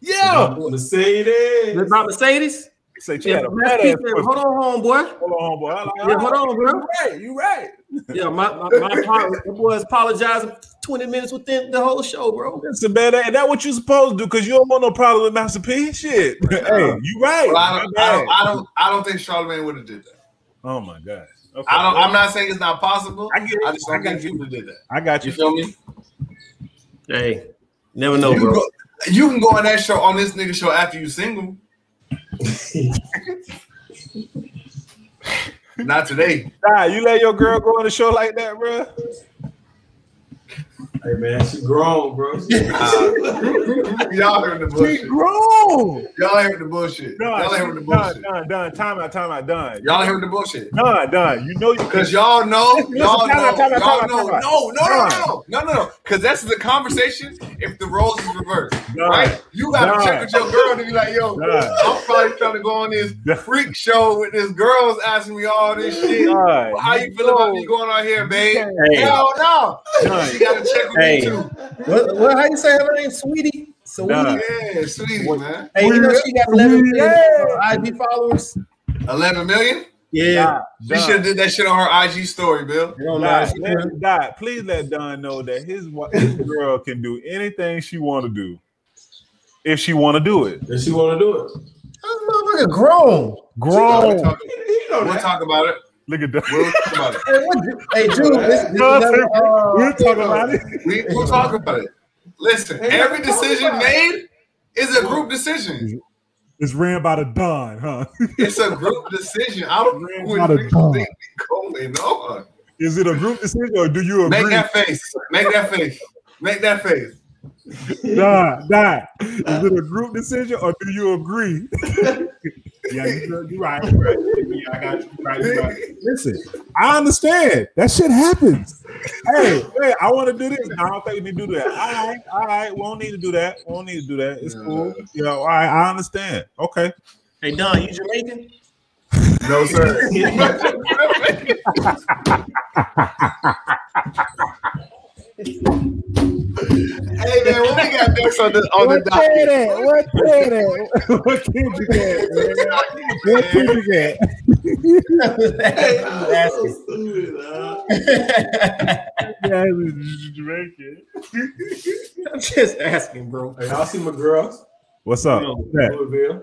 Speaker 1: Yeah.
Speaker 2: Mercedes.
Speaker 4: about Mercedes.
Speaker 1: Say, she
Speaker 4: Yeah,
Speaker 1: had a
Speaker 4: Master
Speaker 1: fat
Speaker 4: P
Speaker 1: ass.
Speaker 4: said, hold on, homeboy.
Speaker 1: Hold on, boy. I'm like,
Speaker 4: Yeah, hold on, bro.
Speaker 1: Right, you right.
Speaker 4: Yeah, my my, my apo- the boys apologizing twenty minutes within the whole show, bro.
Speaker 1: That's a bad. Ain't that what you supposed to do? Cause you don't want no problem with Master P. Shit. hey, you right.
Speaker 3: Well, I, don't,
Speaker 1: My
Speaker 3: I,
Speaker 1: bad.
Speaker 3: don't, I don't. I don't think Charlamagne would have did that.
Speaker 1: oh my god. Okay.
Speaker 3: I don't. I'm not saying it's not possible.
Speaker 1: I
Speaker 3: I,
Speaker 1: get it.
Speaker 3: just
Speaker 1: I
Speaker 3: don't
Speaker 1: got
Speaker 3: think you would have did that.
Speaker 1: I got
Speaker 3: You
Speaker 1: you.
Speaker 3: feel me?
Speaker 4: Hey, never know,
Speaker 3: you, can
Speaker 4: bro.
Speaker 3: go, you can go on that show on this nigga show after you single. Not today.
Speaker 1: Nah, you let your girl go on the show like that, bro.
Speaker 2: Hey man, she grown, bro.
Speaker 3: Nah. Y'all heard the bullshit.
Speaker 1: grown.
Speaker 3: Y'all heard the bullshit. Y'all heard the
Speaker 1: Done, done,
Speaker 3: bullshit.
Speaker 1: done, done. Time out, time out, done.
Speaker 3: Y'all heard the bullshit.
Speaker 1: Done, done. You know you
Speaker 3: Cause y'all know,
Speaker 1: Listen,
Speaker 3: y'all
Speaker 1: time
Speaker 3: know,
Speaker 1: out, time out,
Speaker 3: y'all
Speaker 1: time out,
Speaker 3: know.
Speaker 1: time out.
Speaker 3: No, no, no, no, no, no, no. Cause that's the conversation. If the roles is reversed,
Speaker 1: Nah.
Speaker 3: right? You gotta
Speaker 1: Nah.
Speaker 3: check with your girl to be like, yo,
Speaker 1: Nah.
Speaker 3: I'm probably trying to go on this
Speaker 1: Nah.
Speaker 3: freak show with this girl's asking me all this shit.
Speaker 1: Nah,
Speaker 3: How you feel about me going out here, babe?
Speaker 4: Hey.
Speaker 3: Hell no.
Speaker 1: Nah.
Speaker 3: She gotta check with
Speaker 4: Hey.
Speaker 3: me too.
Speaker 4: What, what? How you say her name, sweetie? Sweetie.
Speaker 1: Nah.
Speaker 3: Yeah, sweetie, man.
Speaker 4: Hey, you know she got 11 million
Speaker 1: Yeah.
Speaker 4: IG followers.
Speaker 3: 11 million?
Speaker 4: Yeah.
Speaker 1: Nah,
Speaker 3: She should have did that shit on her IG story, Bill.
Speaker 4: I don't know.
Speaker 1: Nah,
Speaker 4: She-
Speaker 1: let- Nah, please let Don know that his, wa- his girl can do anything she want to do if she want to do it.
Speaker 2: Does she want to do it?
Speaker 5: That motherfucker grown.
Speaker 3: We'll
Speaker 1: Grown.
Speaker 3: talk,
Speaker 2: You know
Speaker 3: we'll
Speaker 2: that.
Speaker 3: talk about it.
Speaker 1: Look at that.
Speaker 3: We'll talk about it.
Speaker 5: Hey, what, hey Drew, this, this is another, uh,
Speaker 1: We're talking about it.
Speaker 3: We, we'll talk about it. Listen,
Speaker 2: Ain't
Speaker 3: every
Speaker 2: nothing to talk
Speaker 3: decision
Speaker 2: about.
Speaker 3: made is a group decision.
Speaker 1: It's ran by the Don, huh?
Speaker 3: It's a group decision. I don't know what
Speaker 1: Not a
Speaker 3: niggas think going on.
Speaker 1: Is it a group decision or do you
Speaker 3: uh, Make
Speaker 1: agree?
Speaker 3: that face. Make that face. Make that face.
Speaker 1: Nah, nah. Is
Speaker 5: Uh.
Speaker 1: it a group decision or do you agree? yeah, you're, you're right. You're right. Yeah, I got you. You're right, you're right. Listen, I understand that shit happens. Hey, hey, I want to do this. I don't think we need to do that. All right, all right. We don't need to do that. We don't need to do that. It's cool. You know, all right, I understand. Okay.
Speaker 4: Hey Don, you Jamaican?
Speaker 3: No, sir. hey man, what we got next on the
Speaker 5: Oh,
Speaker 3: on
Speaker 6: What
Speaker 3: the
Speaker 6: trade
Speaker 3: docket?
Speaker 6: at? What trade at? What kid you get? man? What kid you get?
Speaker 5: That's
Speaker 2: so stupid, huh?
Speaker 6: Yeah, it's drinking.
Speaker 4: I'm just asking, bro.
Speaker 2: Hey, y'all see my girls?
Speaker 1: What's up?
Speaker 4: No.
Speaker 1: Yeah,
Speaker 2: Louisville.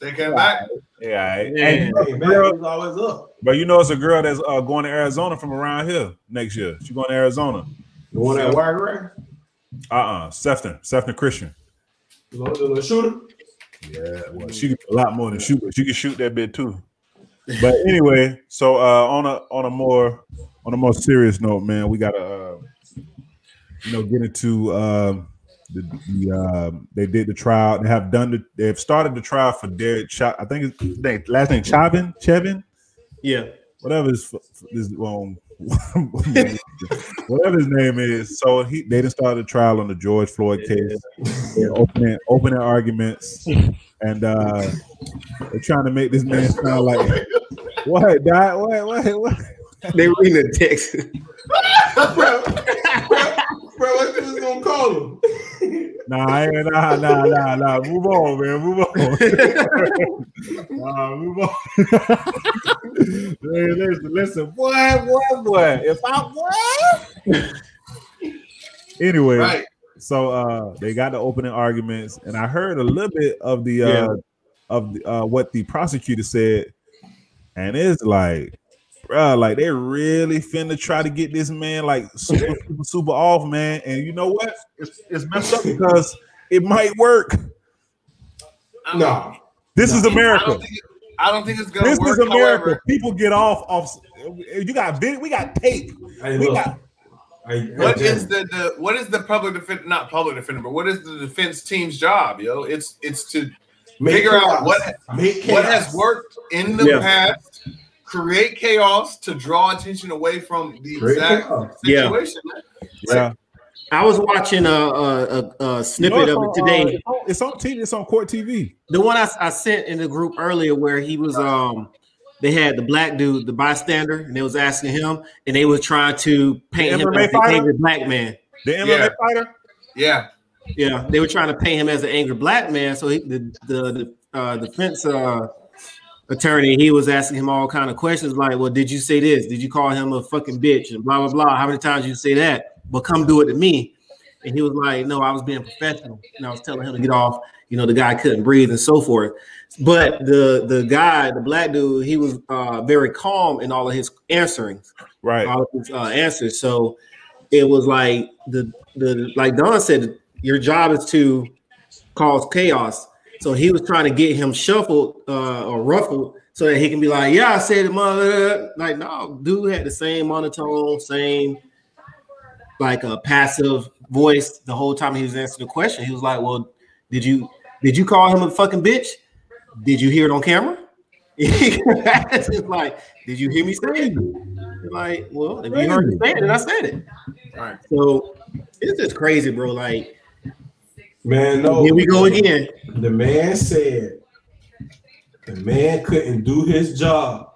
Speaker 3: They came back.
Speaker 1: yeah. all right.
Speaker 4: Yeah.
Speaker 1: Hey, you know,
Speaker 2: Hey, man,
Speaker 1: girl-
Speaker 2: it was always up.
Speaker 1: but you know, it's a girl that's uh, going to Arizona from around here next year. She's going to Arizona.
Speaker 2: The one that wired right?
Speaker 1: Uh uh Sefton, Sefton Christian. Mm.
Speaker 2: The little, the little shooter?
Speaker 1: Yeah, well, she can a lot more than shoot, but she can shoot that bit too. But anyway, so uh, on a on a more on a more serious note, man, we gotta uh, you know get into um the, the um they did the trial. They have done the they've started the trial for Derek. Ch- I think his name, last name Chavin Chevin
Speaker 4: Yeah.
Speaker 1: whatever his f- his um, whatever his name is. So he they didn't start a trial on the George Floyd case. They're opening opening arguments, and uh, they're trying to make this man sound like what? Dot, what? What? What?
Speaker 4: They were in the text.
Speaker 2: bro, bro, bro, what you was gonna call him?
Speaker 1: Nah, I ain't- nah, nah, nah, nah. Move on, man. Move on. nah, move on. hey, listen, listen. What? What? What? If I what? anyway.
Speaker 3: Right.
Speaker 1: So uh they got the opening arguments, and I heard a little bit of the uh
Speaker 4: Yeah.
Speaker 1: of the, uh what the prosecutor said, and it's like, bruh, like they really finna try to get this man like super super, super off, man. And you know what? It's, it's messed up because it might work.
Speaker 2: No.
Speaker 1: This is
Speaker 3: I don't
Speaker 1: America.
Speaker 3: think, it- I don't think it's gonna
Speaker 1: This
Speaker 3: work.
Speaker 1: is America.
Speaker 3: however.
Speaker 1: People get off off. You got vid- we got tape.
Speaker 2: Hey,
Speaker 1: We
Speaker 2: look.
Speaker 1: got-
Speaker 2: Hey,
Speaker 3: What
Speaker 2: hey,
Speaker 3: is the, the what is the public defense not public defender, but what is the defense team's job, yo? It's it's to
Speaker 2: make
Speaker 3: figure
Speaker 2: chaos.
Speaker 3: out what
Speaker 2: make
Speaker 3: what
Speaker 2: chaos.
Speaker 3: has worked in the
Speaker 4: Yeah.
Speaker 3: past, create chaos to draw attention away from the
Speaker 2: Great
Speaker 3: exact
Speaker 2: chaos.
Speaker 4: Yeah.
Speaker 3: situation.
Speaker 1: Yeah.
Speaker 4: I was watching uh, a, a, a, a
Speaker 1: You know,
Speaker 4: snippet
Speaker 1: it's
Speaker 4: of
Speaker 1: on,
Speaker 4: it
Speaker 1: uh,
Speaker 4: today.
Speaker 1: it's on- it's on TV. It's on court TV.
Speaker 4: The one I, I sent in the group earlier where he was um they had the black dude, the bystander, and they was asking him, and they was trying to paint him
Speaker 1: MMA
Speaker 4: as an
Speaker 1: fighter?
Speaker 4: angry black man.
Speaker 1: The MMA
Speaker 3: Yeah.
Speaker 1: fighter.
Speaker 3: Yeah.
Speaker 4: Yeah, they were trying to paint him as an angry black man. So he, the the, the uh, defense uh, attorney he was asking him all kind of questions like, "Well, did you say this? Did you call him a fucking bitch?" And blah blah blah. How many times you say that? But come do it to me. And he was like, "No, I was being professional, and I was telling him to get off." You know, the guy couldn't breathe and so forth. But the the guy, the black dude, he was uh, very calm in all of his answering
Speaker 1: Right.
Speaker 4: all of his uh, answers. So it was like the the like Don said, your job is to cause chaos. So he was trying to get him shuffled uh, or ruffled so that he can be like, "Yeah, I said it, mother." Like, no, dude had the same monotone, same like a passive voice the whole time he was answering the question. He was like, "Well, did you did you call him a fucking bitch? Did you hear it on camera?" it's just like, did you hear me say it? Like, well, if you heard me say it, then I said it.
Speaker 3: Right.
Speaker 4: So it's just crazy, bro. Like,
Speaker 2: Man, no.
Speaker 4: here we go again.
Speaker 2: The man said the man couldn't do his job,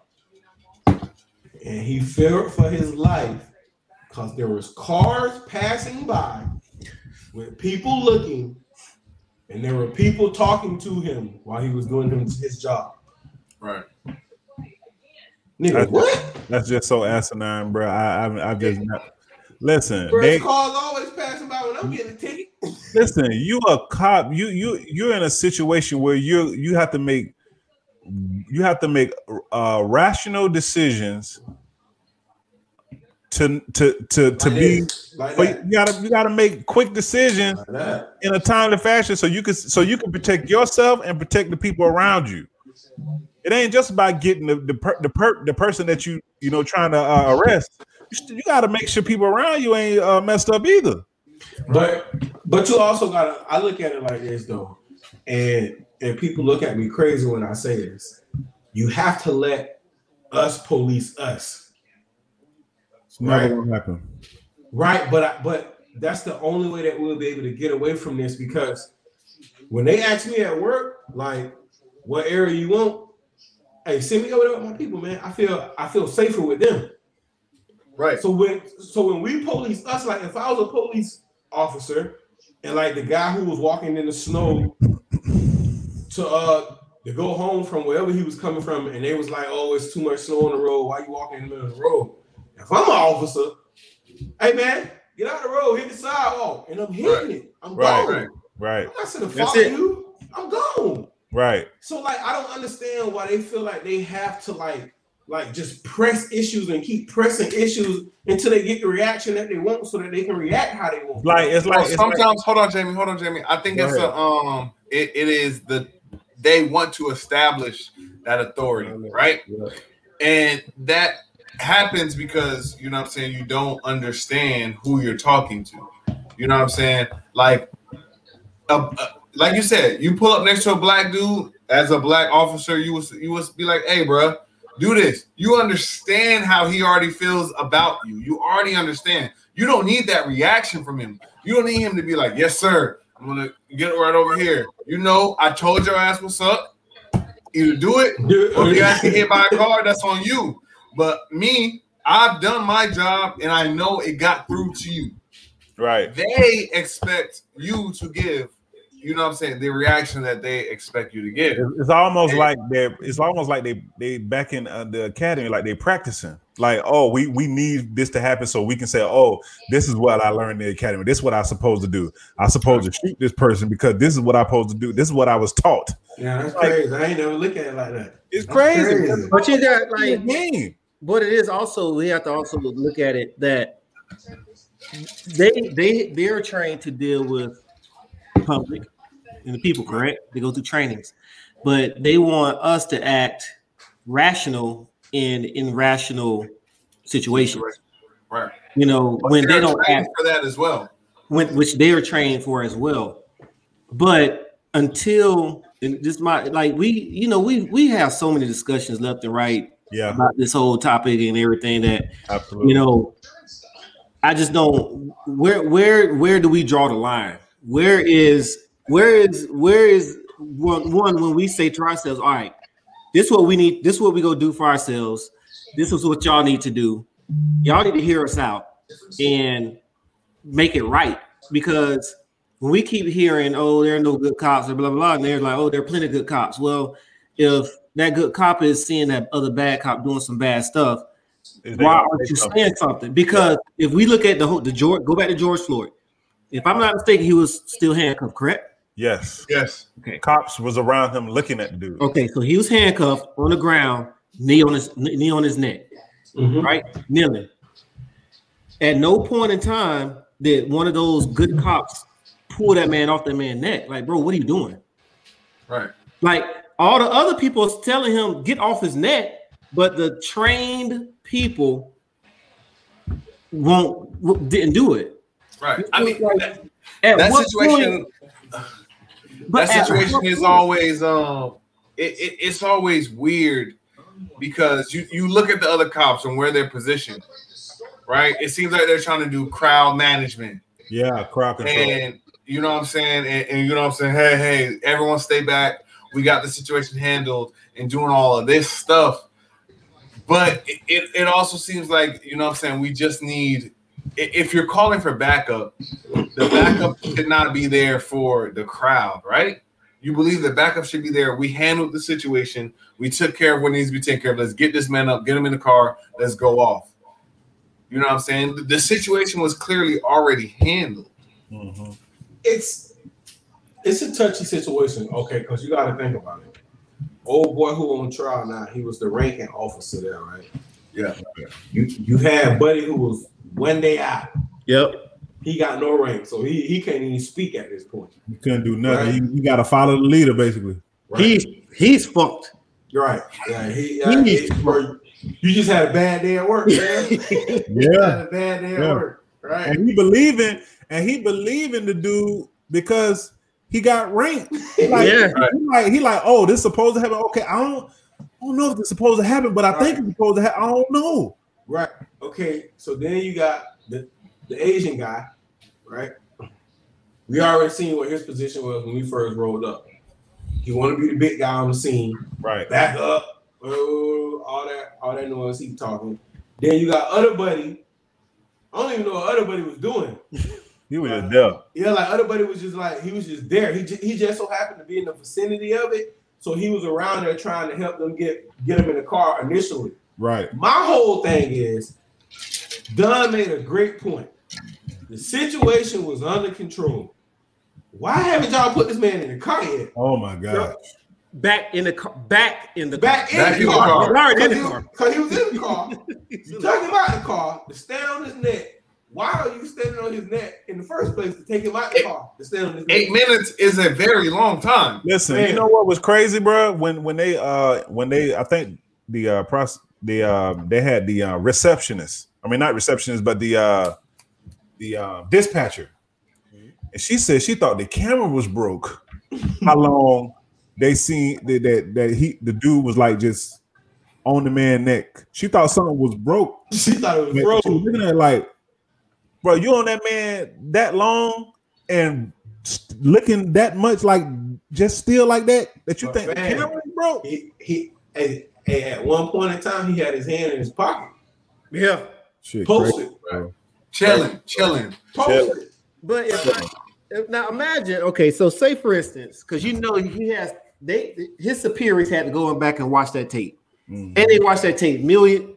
Speaker 2: and he feared for his life because there was cars passing by with people looking, and there were people talking to him while he was doing him his job.
Speaker 3: Right.
Speaker 2: Nigga,
Speaker 1: That's-
Speaker 2: what?
Speaker 1: That's just so asinine, bro. I, I I've just not. Listen,
Speaker 2: Bro,
Speaker 1: they,
Speaker 2: cars always passing by when I'm getting a ticket.
Speaker 1: listen. You a cop. You you you're in a situation where you you have to make you have to make uh rational decisions to to to to
Speaker 2: Like
Speaker 1: be.
Speaker 2: this, like
Speaker 1: But
Speaker 2: that,
Speaker 1: you gotta you gotta make quick decisions
Speaker 2: like that.
Speaker 1: in a timely fashion so you can so you can protect yourself and protect the people around you. It ain't just about getting the the per, the, per, the person that you you know trying to uh, arrest. You, st- you got to make sure people around you ain't uh, messed up either.
Speaker 2: But but you also gotta I look at it like this though, and and people look at me crazy when I say this. You have to let us police us.
Speaker 1: It's
Speaker 2: never
Speaker 1: gonna happen.
Speaker 2: Right, but I, but that's the only way that we'll be able to get away from this because when they ask me at work, like, what area you want, Hey, send me over there with my people, man. I feel I feel safer with them.
Speaker 3: Right.
Speaker 2: So when so when we police us, like if I was a police officer and like the guy who was walking in the snow to uh to go home from wherever he was coming from, and they was like, Oh, it's too much snow on the road. Why you walking in the middle of the road? If I'm an officer, hey man, get out of the road, hit the sidewalk, and I'm hitting it. I'm
Speaker 1: Right,
Speaker 2: gone.
Speaker 3: right.
Speaker 1: Right,
Speaker 2: I'm not gonna
Speaker 4: That's
Speaker 2: follow
Speaker 4: it.
Speaker 2: you. I'm gone.
Speaker 1: right,
Speaker 2: So like I don't understand why they feel like they have to like like just press issues and keep pressing issues until they get the reaction that they want so that they can react how they want.
Speaker 1: like it's like
Speaker 3: Well,
Speaker 1: it's like-
Speaker 3: sometimes hold on, Jamie. Hold on, Jamie. I think
Speaker 1: Go
Speaker 3: it's
Speaker 1: ahead.
Speaker 3: a um. It, it is the they want to establish that authority, right? And that happens because you know what I'm saying. You don't understand who you're talking to. You know what I'm saying? Like, uh, uh, like you said, you pull up next to a black dude as a black officer. You was you was be like, hey, bruh, do this. You understand how he already feels about you. You already understand. You don't need that reaction from him. You don't need him to be like, yes, sir. I'm gonna get right over here. You know, I told your ass what's up. Either do it or if you actually hit by a car, that's on you. But me, I've done my job and I know it got through to you.
Speaker 1: right,
Speaker 3: They expect you to give, you know what I'm saying, the reaction that they expect you to give.
Speaker 1: It's it's almost
Speaker 3: Yeah.
Speaker 1: like they're. It's almost like they they back in uh, the academy, like they practicing. Like, oh, we we need this to happen so we can say, oh, this is what I learned in the academy. This is what I supposed to do. I supposed to shoot this person because this is what I supposed to do. This is what I was taught.
Speaker 2: yeah, that's crazy. I ain't never look at it like that.
Speaker 1: It's
Speaker 2: That's
Speaker 1: crazy.
Speaker 2: crazy.
Speaker 4: But you got like
Speaker 1: It's a game.
Speaker 4: but it is also we have to also look at it that they they they're trained to deal with public and the people correct they go through trainings but they want us to act rational in irrational situations
Speaker 3: Right.
Speaker 4: you know
Speaker 3: But
Speaker 4: when they
Speaker 3: they're
Speaker 4: don't
Speaker 3: trained
Speaker 4: act
Speaker 3: for that as well.
Speaker 4: when, which they're trained for as well but until and this might like we you know we we have so many discussions left and right
Speaker 1: Yeah,
Speaker 4: about this whole topic and everything that
Speaker 1: absolutely.
Speaker 4: you know i just don't where where where do we draw the line where is where is where is one, one when we say to ourselves all right this what we need this what we go do for ourselves this is what y'all need to do y'all need to hear us out and make it right because when we keep hearing oh there are no good cops and blah blah blah and they're like oh there are plenty of good cops well if that good cop is seeing that other bad cop doing some bad stuff
Speaker 1: It's-
Speaker 4: why aren't you saying something? Because if we look at the whole, the George, go back to George Floyd. If I'm not mistaken, he was still handcuffed, correct?
Speaker 1: Yes,
Speaker 3: Yes.
Speaker 1: cops was around him looking at the dude.
Speaker 4: Okay, so he was handcuffed on the ground, knee on his knee on his neck,
Speaker 2: Mhm.
Speaker 4: right, kneeling. At no point in time did one of those good cops pull that man off that man's neck. Like, bro, what are you doing?
Speaker 3: Right.
Speaker 4: Like all the other people is telling him get off his neck, but the trained people won't w- didn't do it.
Speaker 3: Right. I mean that,
Speaker 4: At
Speaker 3: that
Speaker 4: what
Speaker 3: situation
Speaker 4: point- but
Speaker 3: that
Speaker 4: at
Speaker 3: situation
Speaker 4: what
Speaker 3: is
Speaker 4: point-
Speaker 3: always um it, it, it's always weird because you you look at the other cops and where they're positioned right it seems like they're trying to do crowd management
Speaker 1: Yeah, crowd control.
Speaker 3: and you know what i'm saying and, and you know what i'm saying hey hey everyone stay back we got the situation handled and doing all of this stuff but it, it, it also seems like you know what i'm saying we just need i- if you're calling for backup the backup should not be there for the crowd right you believe the backup should be there we handled the situation we took care of what needs to be taken care of let's get this man up get him in the car let's go off you know what i'm saying the, the situation was clearly already handled
Speaker 1: Mhm.
Speaker 2: It's it's a touchy situation, okay, because you gotta think about it. Old boy who on trial now, he was the ranking officer there, right?
Speaker 3: Yeah.
Speaker 2: You you had Buddy who was one day out.
Speaker 4: Yep.
Speaker 2: He got no rank, so he, he can't even speak at this point.
Speaker 1: You couldn't do nothing.
Speaker 2: Right.
Speaker 1: You, you got to follow the leader, basically.
Speaker 4: He's he's fucked.
Speaker 2: You're right. Yeah, he, uh,
Speaker 4: He-
Speaker 2: he- bro, you just had a bad day at work, man. You
Speaker 1: Yeah,
Speaker 2: had a bad day at
Speaker 1: Yeah.
Speaker 2: work, right?
Speaker 1: and he believing, and he believing the dude because he got ranked. He like,
Speaker 4: Yeah.
Speaker 1: he like, he like, oh, this supposed to happen. Okay, I don't, I don't know if it's supposed to happen, but I think it's supposed to happen. I don't know.
Speaker 2: Right. Okay. So then you got the, the Asian guy, right? We already seen what his position was when we first rolled up. He want to be the big guy on the scene,
Speaker 1: Right,
Speaker 2: back up, oh, all that, all that noise he talking. Then you got other buddy. I don't even know what other buddy was doing.
Speaker 1: He was just there.
Speaker 2: Yeah, like other buddy was just like he was just there. He just, he just so happened to be in the vicinity of it, so he was around there trying to help them get get him in the car initially.
Speaker 1: Right.
Speaker 2: My whole thing is, Don made a great point. The situation was under control. Why haven't y'all put this man in the car yet?
Speaker 1: Oh my God.
Speaker 4: Back in the car. Back in the
Speaker 2: Back in
Speaker 3: Back
Speaker 2: the
Speaker 3: in the
Speaker 2: car.
Speaker 3: car.
Speaker 4: Already in the car.
Speaker 2: Because he, was in the car. you talking about the car, to stand on his neck. Why are you standing on his neck in the first place to take him out the car? To stand on his neck.
Speaker 3: Eight minutes is a very long time.
Speaker 1: Listen,
Speaker 2: Man.
Speaker 1: you know what was crazy, bro? When when they uh when they I think the uh pros the uh they had the uh receptionist. I mean not receptionist, but the uh the uh dispatcher. And she said she thought the camera was broke. How long they seen that that, that he the dude was like just on the man neck. She thought something was broke.
Speaker 2: She thought it was
Speaker 1: But she was
Speaker 2: broke.
Speaker 1: looking at it like, bro, you on that man that long and st- looking that much like just still like that that you
Speaker 2: But
Speaker 1: think the
Speaker 2: man.
Speaker 1: camera is broke?
Speaker 2: He, he hey, hey, at one point in time, he had his hand in his pocket.
Speaker 4: Yeah.
Speaker 1: Shit,
Speaker 2: Post
Speaker 1: crazy,
Speaker 2: it.
Speaker 1: bro.
Speaker 3: Chilling, chilling.
Speaker 2: Post it.
Speaker 4: But if I, if, now imagine, okay, so say for instance, because you know he has they his superiors had to go back and watch that tape,
Speaker 1: Mhm.
Speaker 4: and they watched that tape million.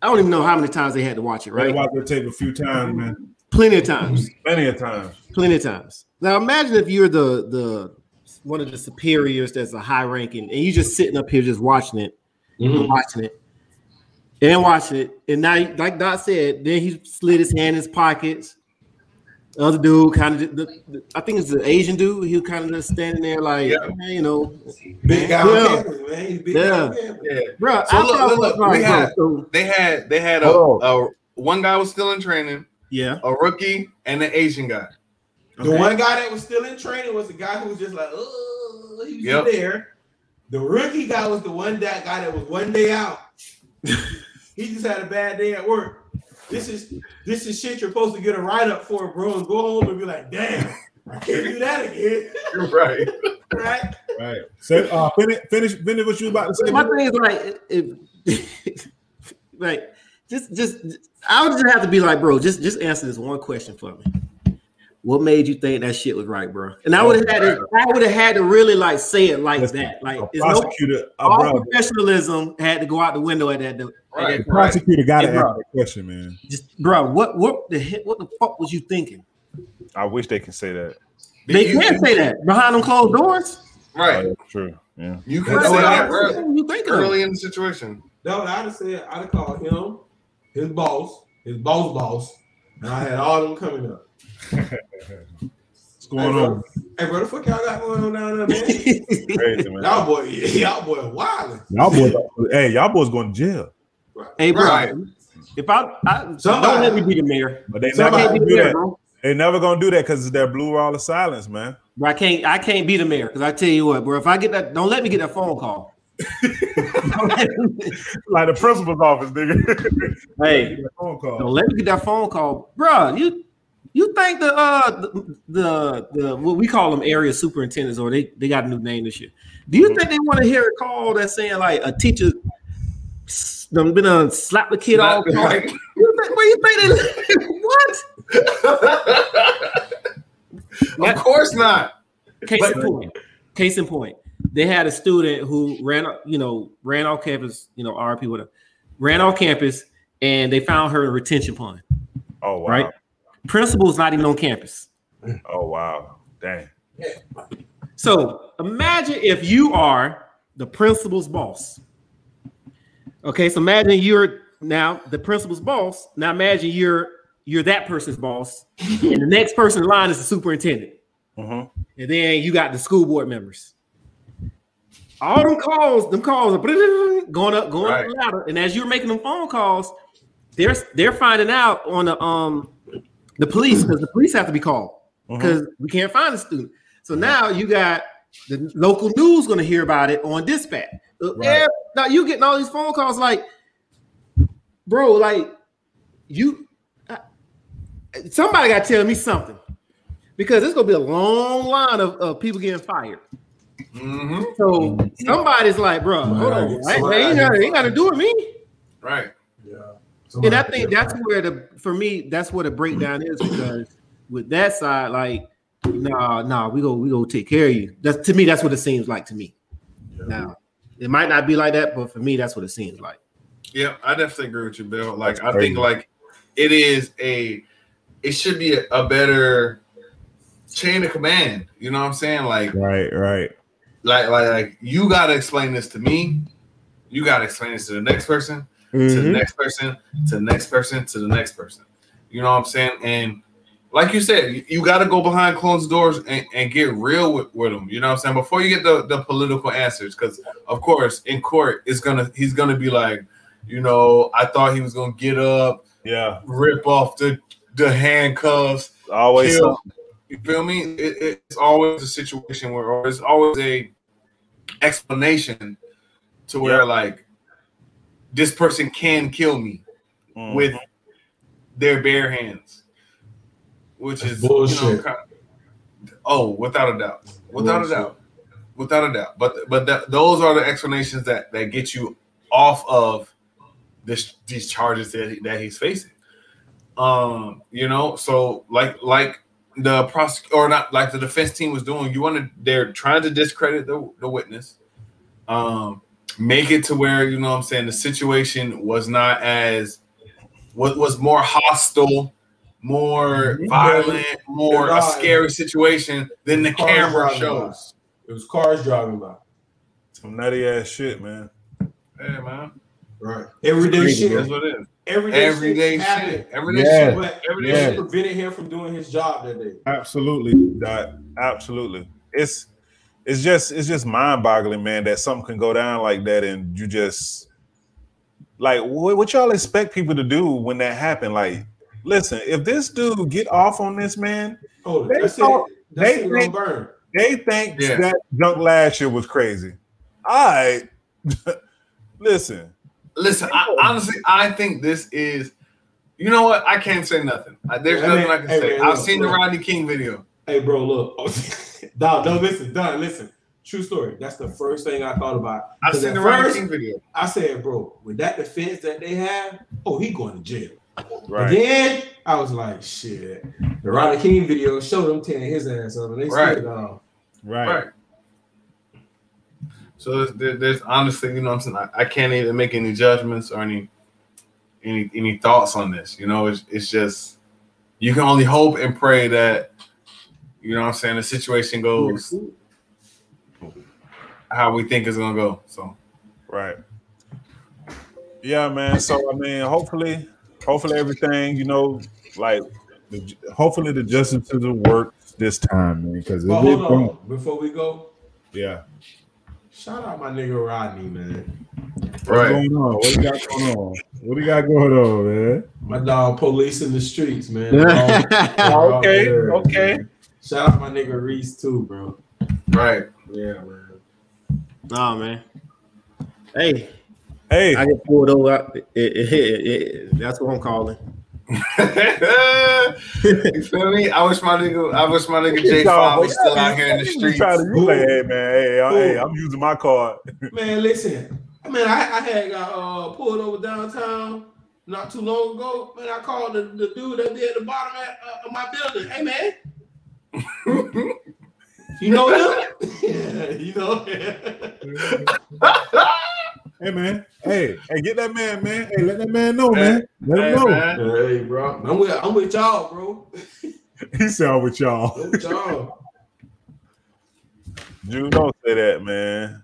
Speaker 4: I don't even know how many times they had to watch it,
Speaker 1: Right,
Speaker 4: right?
Speaker 1: watched the tape a few times, man.
Speaker 4: Plenty of times,
Speaker 1: Plenty of times.
Speaker 4: plenty of times. Now imagine if you're the the one of the superiors that's a high ranking, and you just sitting up here just watching it,
Speaker 3: Mm-hmm.
Speaker 4: and watching it, and watching it, and now like Doc said, then he slid his hand in his pockets. The other dude kind of, the, the- I think it's the Asian dude. He was kind of just standing there like,
Speaker 3: Yeah.
Speaker 4: man, you know,
Speaker 2: Big guy
Speaker 4: Yeah.
Speaker 2: on campus, man. He's big guy on
Speaker 4: Yeah.
Speaker 2: campus.
Speaker 3: Yeah.
Speaker 4: bro.
Speaker 3: So
Speaker 4: I
Speaker 3: look,
Speaker 4: thought
Speaker 3: look,
Speaker 4: it was
Speaker 3: look, we
Speaker 4: like,
Speaker 3: had-
Speaker 4: bro, so-
Speaker 3: They had they had a,
Speaker 1: Hold
Speaker 3: a one guy was still in training,
Speaker 4: yeah,
Speaker 3: a rookie, and an Asian guy.
Speaker 2: The
Speaker 4: Okay.
Speaker 2: one guy that was still in training was the guy who was just like, oh, he was
Speaker 3: Yep.
Speaker 2: just there. The rookie guy was the one that guy that was one day out. he just had a bad day at work. This is this is shit you're supposed to get a write up for, bro, and go home and be like, damn, I can't do that again,
Speaker 3: You're right.
Speaker 2: right?
Speaker 1: Right. So uh, finish, finish, finish what you was about to say.
Speaker 4: my thing is like, if, like just, just, I would just have to be like, bro, just, just answer this one question for me. What made you think that shit was right, bro? And I would have had, to, I would have had to really like say it like
Speaker 1: Listen,
Speaker 4: that. Like,
Speaker 1: A
Speaker 4: it's no
Speaker 1: prosecutor, a
Speaker 4: all
Speaker 1: brother.
Speaker 4: professionalism had to go out the window at that. Door.
Speaker 3: Right.
Speaker 1: The prosecutor got to
Speaker 4: Hey,
Speaker 1: ask
Speaker 4: bro.
Speaker 1: that question, man.
Speaker 4: Just, bro, what, what the heck, what the fuck was you thinking?
Speaker 1: I wish they could say that.
Speaker 4: They
Speaker 3: You-
Speaker 4: can't say that behind them closed doors.
Speaker 1: Oh,
Speaker 3: Right.
Speaker 1: that's true. Yeah.
Speaker 3: You can
Speaker 4: What
Speaker 2: That's
Speaker 3: say
Speaker 2: what I
Speaker 3: that
Speaker 2: was
Speaker 3: early,
Speaker 4: were you thinking? of?
Speaker 3: early in the situation.
Speaker 2: That what I'd have said. I'd have called him, his boss, his boss boss, and I had all them coming up.
Speaker 1: What's going
Speaker 2: hey,
Speaker 1: on?
Speaker 2: Bro, hey, bro, the fuck y'all got going on down there, man?
Speaker 1: Crazy, man.
Speaker 2: y'all boy, y'all boy, wilding.
Speaker 1: Y'all boys, hey, y'all boys going to jail,
Speaker 4: Hey, bro,
Speaker 3: Right.
Speaker 4: if I, I don't
Speaker 2: Somebody-
Speaker 4: let me be the mayor.
Speaker 1: but they
Speaker 4: I
Speaker 1: never
Speaker 2: Somebody
Speaker 4: can't
Speaker 1: gonna
Speaker 4: be the
Speaker 1: do
Speaker 4: mayor,
Speaker 1: that.
Speaker 4: bro.
Speaker 1: They never gonna do that because it's their blue wall of silence, man.
Speaker 4: Bro, I can't. I can't be the mayor because I tell you what, bro. If I get that, don't let me get that phone call. Don't let me-
Speaker 1: like the principal's office, nigga.
Speaker 4: hey,
Speaker 1: phone
Speaker 4: don't
Speaker 1: call.
Speaker 4: let me get that phone call, bro. You, you think the uh the, the the what we call them area superintendents or they they got a new name this year? Do you think they want to hear a call that's saying like a teacher? s- Done been on slap the kid off.
Speaker 3: Right.
Speaker 4: You think, what you think they what?
Speaker 3: of course not.
Speaker 4: Case
Speaker 3: But-
Speaker 4: in point. Case in point. They had a student who ran, you know, ran off campus, you know, RP whatever, ran off campus, and they found her in a retention pond.
Speaker 1: Oh wow.
Speaker 4: Right. Principal's not even on campus.
Speaker 1: Oh wow. Dang.
Speaker 4: So imagine if you are the principal's boss. Okay, so imagine you're now the principal's boss. Now imagine you're you're that person's boss, and the next person in line is the superintendent.
Speaker 1: Mhm.
Speaker 4: And then you got the school board members. All them calls, them calls are going up, going up
Speaker 3: Right.
Speaker 4: the ladder. And as you're making them phone calls, they're they're finding out on the um the police because the police have to be called
Speaker 1: Mm-hmm. Uh-huh.
Speaker 4: because we can't find the student. So now you got the local news going to hear about it on dispatch. So
Speaker 1: Right.
Speaker 4: ev- Now you getting all these phone calls like, bro, like you, I- somebody got to tell me something because it's going to be a long line of, of people getting fired.
Speaker 3: hmm
Speaker 4: So somebody's like, bro, hold on,
Speaker 2: Right.
Speaker 4: right? They ain't got, they ain't got to do with me.
Speaker 3: Right.
Speaker 2: Yeah.
Speaker 4: And I think that's where the for me, that's where the breakdown is because with that side, like, nah, nah, we go, we go take care of you. That's to me, that's what it seems like to me. Now, it might not be like that, but for me, that's what it seems like.
Speaker 3: Yeah, I definitely agree with you, Bill. Like, I
Speaker 1: crazy.
Speaker 3: think like it is a, it should be a, a better chain of command. You know what I'm saying? Like,
Speaker 1: Right, right.
Speaker 3: like, like, like you got to explain this to me. You got to explain this to the next person, to
Speaker 1: Mm-hmm.
Speaker 3: the
Speaker 4: Mhm.
Speaker 3: next person, to the next person, to the next person. You know what I'm saying? And like you said, you, you got to go behind closed doors and, and get real with, with them. You know what I'm saying? Before you get the, the political answers, because of course in court it's gonna he's gonna be like, you know, I thought he was gonna get up,
Speaker 1: Yeah.
Speaker 3: rip off the the handcuffs,
Speaker 1: Always
Speaker 3: Kill. you feel me? It, it's always a situation where, or it's always a explanation to where,
Speaker 1: Yeah.
Speaker 3: like, this person can kill me
Speaker 1: something.
Speaker 3: with their bare hands, which
Speaker 2: That's
Speaker 3: is You know,
Speaker 2: bullshit.
Speaker 3: kind of- oh, without a doubt, without
Speaker 2: Bullshit.
Speaker 3: a doubt, without a doubt. But but that, those are the explanations that that get you off of this these charges that he, that he's facing. Um, you know, so like like the prosec or not like the defense team was doing. You want to they're trying to discredit the the witness. Um, make it to where you know what I'm saying the situation was not as what was more hostile, more violent, more a
Speaker 2: Right.
Speaker 3: scary situation than the
Speaker 2: Cars
Speaker 3: camera
Speaker 2: driving
Speaker 3: shows.
Speaker 2: It was cars driving by.
Speaker 1: some nutty ass shit, man.
Speaker 3: Hey man,
Speaker 2: Right. Everyday
Speaker 4: Crazy,
Speaker 2: shit.
Speaker 3: that's what it is.
Speaker 2: Everyday,
Speaker 3: Everyday
Speaker 2: shit. happened.
Speaker 3: shit, everyday
Speaker 1: Yeah.
Speaker 3: shit.
Speaker 2: But
Speaker 3: Everyday
Speaker 2: everything
Speaker 1: shit.
Speaker 2: prevented him from doing his job that day.
Speaker 1: Absolutely, Dot. Absolutely. It's it's just it's just mind boggling, man, that something can go down like that and you just like what, what y'all expect people to do when that happened? Like, listen, if this dude get off on this man,
Speaker 2: Oh,
Speaker 1: They
Speaker 2: that's
Speaker 1: thought-
Speaker 2: it. That's
Speaker 1: they
Speaker 2: it. Gonna
Speaker 1: think-
Speaker 2: burn.
Speaker 1: they think
Speaker 3: Yeah.
Speaker 1: that junk last year was crazy. All right. listen,
Speaker 3: Listen, I, honestly, I think this is. You know what? I can't say nothing. I, there's
Speaker 2: Hey,
Speaker 3: nothing
Speaker 2: man,
Speaker 3: I can
Speaker 2: hey,
Speaker 3: say.
Speaker 2: man,
Speaker 3: I've
Speaker 2: look,
Speaker 3: seen the
Speaker 2: look.
Speaker 3: Rodney King video.
Speaker 2: Hey, bro, look. Dog, no, listen, Don, listen. True story. That's the first thing I thought about.
Speaker 3: I've
Speaker 2: 'Cause
Speaker 3: seen
Speaker 2: at
Speaker 3: the Rodney
Speaker 2: first,
Speaker 3: King video.
Speaker 2: I said, bro, with that defense that they have, oh, he going to jail.
Speaker 1: right.
Speaker 2: Then I was like, shit. The Rodney King video showed him tearing his ass up, and they uh,
Speaker 3: Right.
Speaker 2: still down.
Speaker 1: Right.
Speaker 3: Right. So there's, there- there's honestly, you know, what I'm saying I, I can't even make any judgments or any any any thoughts on this. You know, it's it's just you can only hope and pray that you know what I'm saying the situation goes how we think it's gonna go. So
Speaker 1: Right. Yeah, man. So I mean, hopefully, hopefully everything you know, like, the, ju- hopefully the justice system works this time, man. Because
Speaker 2: But hold on, before we go,
Speaker 1: yeah,
Speaker 2: shout out my nigga Rodney, man.
Speaker 1: what's going on? What do you got going on? What do you got going on, man?
Speaker 2: My dog police in the streets, man.
Speaker 4: Yeah.
Speaker 1: Okay,
Speaker 2: Yeah,
Speaker 1: okay.
Speaker 2: man. Shout out my nigga Reese too, bro.
Speaker 3: right,
Speaker 2: Yeah, man.
Speaker 4: Nah, man. Hey,
Speaker 1: Hey,
Speaker 4: I get pulled over. I- it- it- it- it- that's what I'm calling.
Speaker 3: you feel me? I wish my nigga, I wish my nigga J Five was still out here in the
Speaker 1: street.
Speaker 3: streets.
Speaker 1: Try to, you like, hey, man, hey, I- hey, I'm using my card.
Speaker 2: Man, listen. I mean, I, I had got uh, pulled over downtown not too long ago. Man, I called the, the dude that be at the bottom at, uh, of my building. Hey, man. You know him? yeah, you know him.
Speaker 1: Hey, man, hey, hey, get that man, man. Hey, let that man know,
Speaker 3: Hey,
Speaker 1: man. Let
Speaker 3: Hey,
Speaker 1: him know.
Speaker 3: man.
Speaker 2: hey, bro. I'm with, I'm with y'all, bro.
Speaker 1: He sound with y'all.
Speaker 2: I'm with y'all.
Speaker 1: Dude, don't say that, man.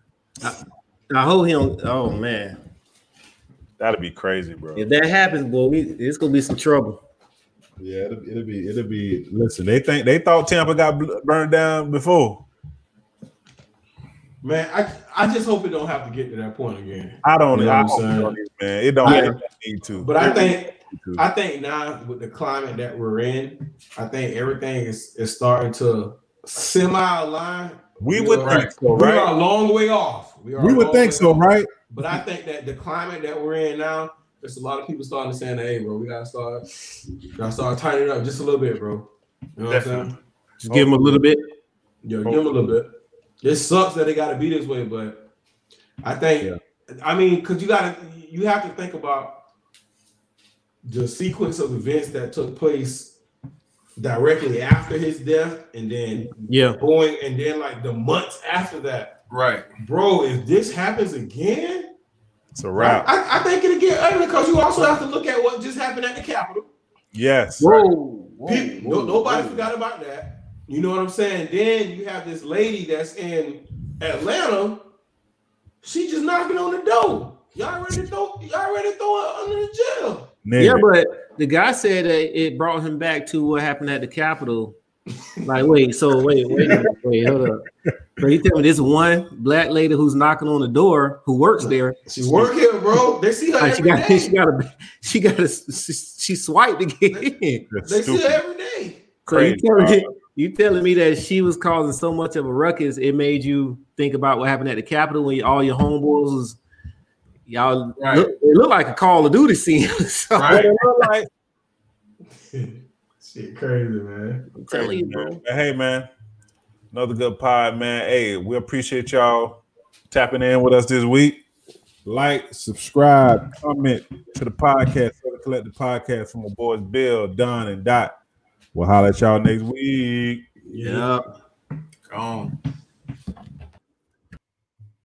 Speaker 4: I hope he don't. Oh man,
Speaker 1: That'd be crazy, bro.
Speaker 4: if that happens, boy, we, it's gonna be some trouble.
Speaker 1: Yeah, it'll, it'll be it'll be. Listen, they think they thought Tampa got bl- burned down before.
Speaker 2: Man, I, I just hope it don't have to get to that point again.
Speaker 1: I don't.
Speaker 2: You know
Speaker 1: I
Speaker 2: what I'm
Speaker 1: don't know, man. It don't it don't need to.
Speaker 2: But I think
Speaker 1: True.
Speaker 2: I think now with the climate that we're in, I think everything is, is starting to semi align.
Speaker 1: we would
Speaker 2: Right.
Speaker 1: think so,
Speaker 2: We
Speaker 1: right?
Speaker 2: are a long way off. are
Speaker 1: We
Speaker 2: a
Speaker 1: would
Speaker 2: long
Speaker 1: think
Speaker 2: way
Speaker 1: so,
Speaker 2: off.
Speaker 1: right?
Speaker 2: But I think that the climate that we're in now, there's a lot of people starting to say, "Hey, bro, we gotta start, gotta start tightening up just a little bit, bro." You know what I'm saying?
Speaker 4: Just give him a little bit.
Speaker 2: Yo, give them a little bit. This sucks that it got to be this way, but I think I mean, cause you gotta you have to think about the sequence of events that took place directly after his death, and then
Speaker 4: Yeah.
Speaker 2: going, and then like the months after that,
Speaker 3: Right.
Speaker 2: bro. If this happens again,
Speaker 1: It's a wrap.
Speaker 2: I, I think it'll get ugly because you also have to look at what just happened at the Capitol.
Speaker 1: Yes.
Speaker 3: Whoa.
Speaker 2: Pe- no- nobody forgot about that. You know what I'm saying? Then you have this lady that's in Atlanta. She just knocking on the door. Y'all ready to throw? Y'all ready to throw her under the jail?
Speaker 1: Nigga.
Speaker 4: Yeah, but the guy said that it brought him back to what happened at the Capitol. Like, wait, so wait, wait, wait, hold up. So you tell me this one black lady who's knocking on the door who works there,
Speaker 2: She work here, bro. They see her
Speaker 4: like she
Speaker 2: every
Speaker 4: got,
Speaker 2: day.
Speaker 4: she got, a, she got, a, she, she swiped to get in.
Speaker 1: That's
Speaker 2: They see
Speaker 1: stupid.
Speaker 2: her every day.
Speaker 4: So you
Speaker 1: Crazy,
Speaker 4: telling me, you telling me that she was causing so much of a ruckus, it made you think about what happened at the Capitol when all your homeboys was. Y'all,
Speaker 3: Right.
Speaker 4: look, it looked like a Call of Duty scene. so,
Speaker 3: Right.
Speaker 2: Shit, crazy man.
Speaker 4: I'm telling you, bro.
Speaker 1: But hey, man, another good pod, man. Hey, we appreciate y'all tapping in with us this week. Like, subscribe, comment to the podcast, Southern Collective Podcast from my boys Bill, Don, and Dot. We'll holler at y'all next week.
Speaker 4: Yeah.
Speaker 3: Gone.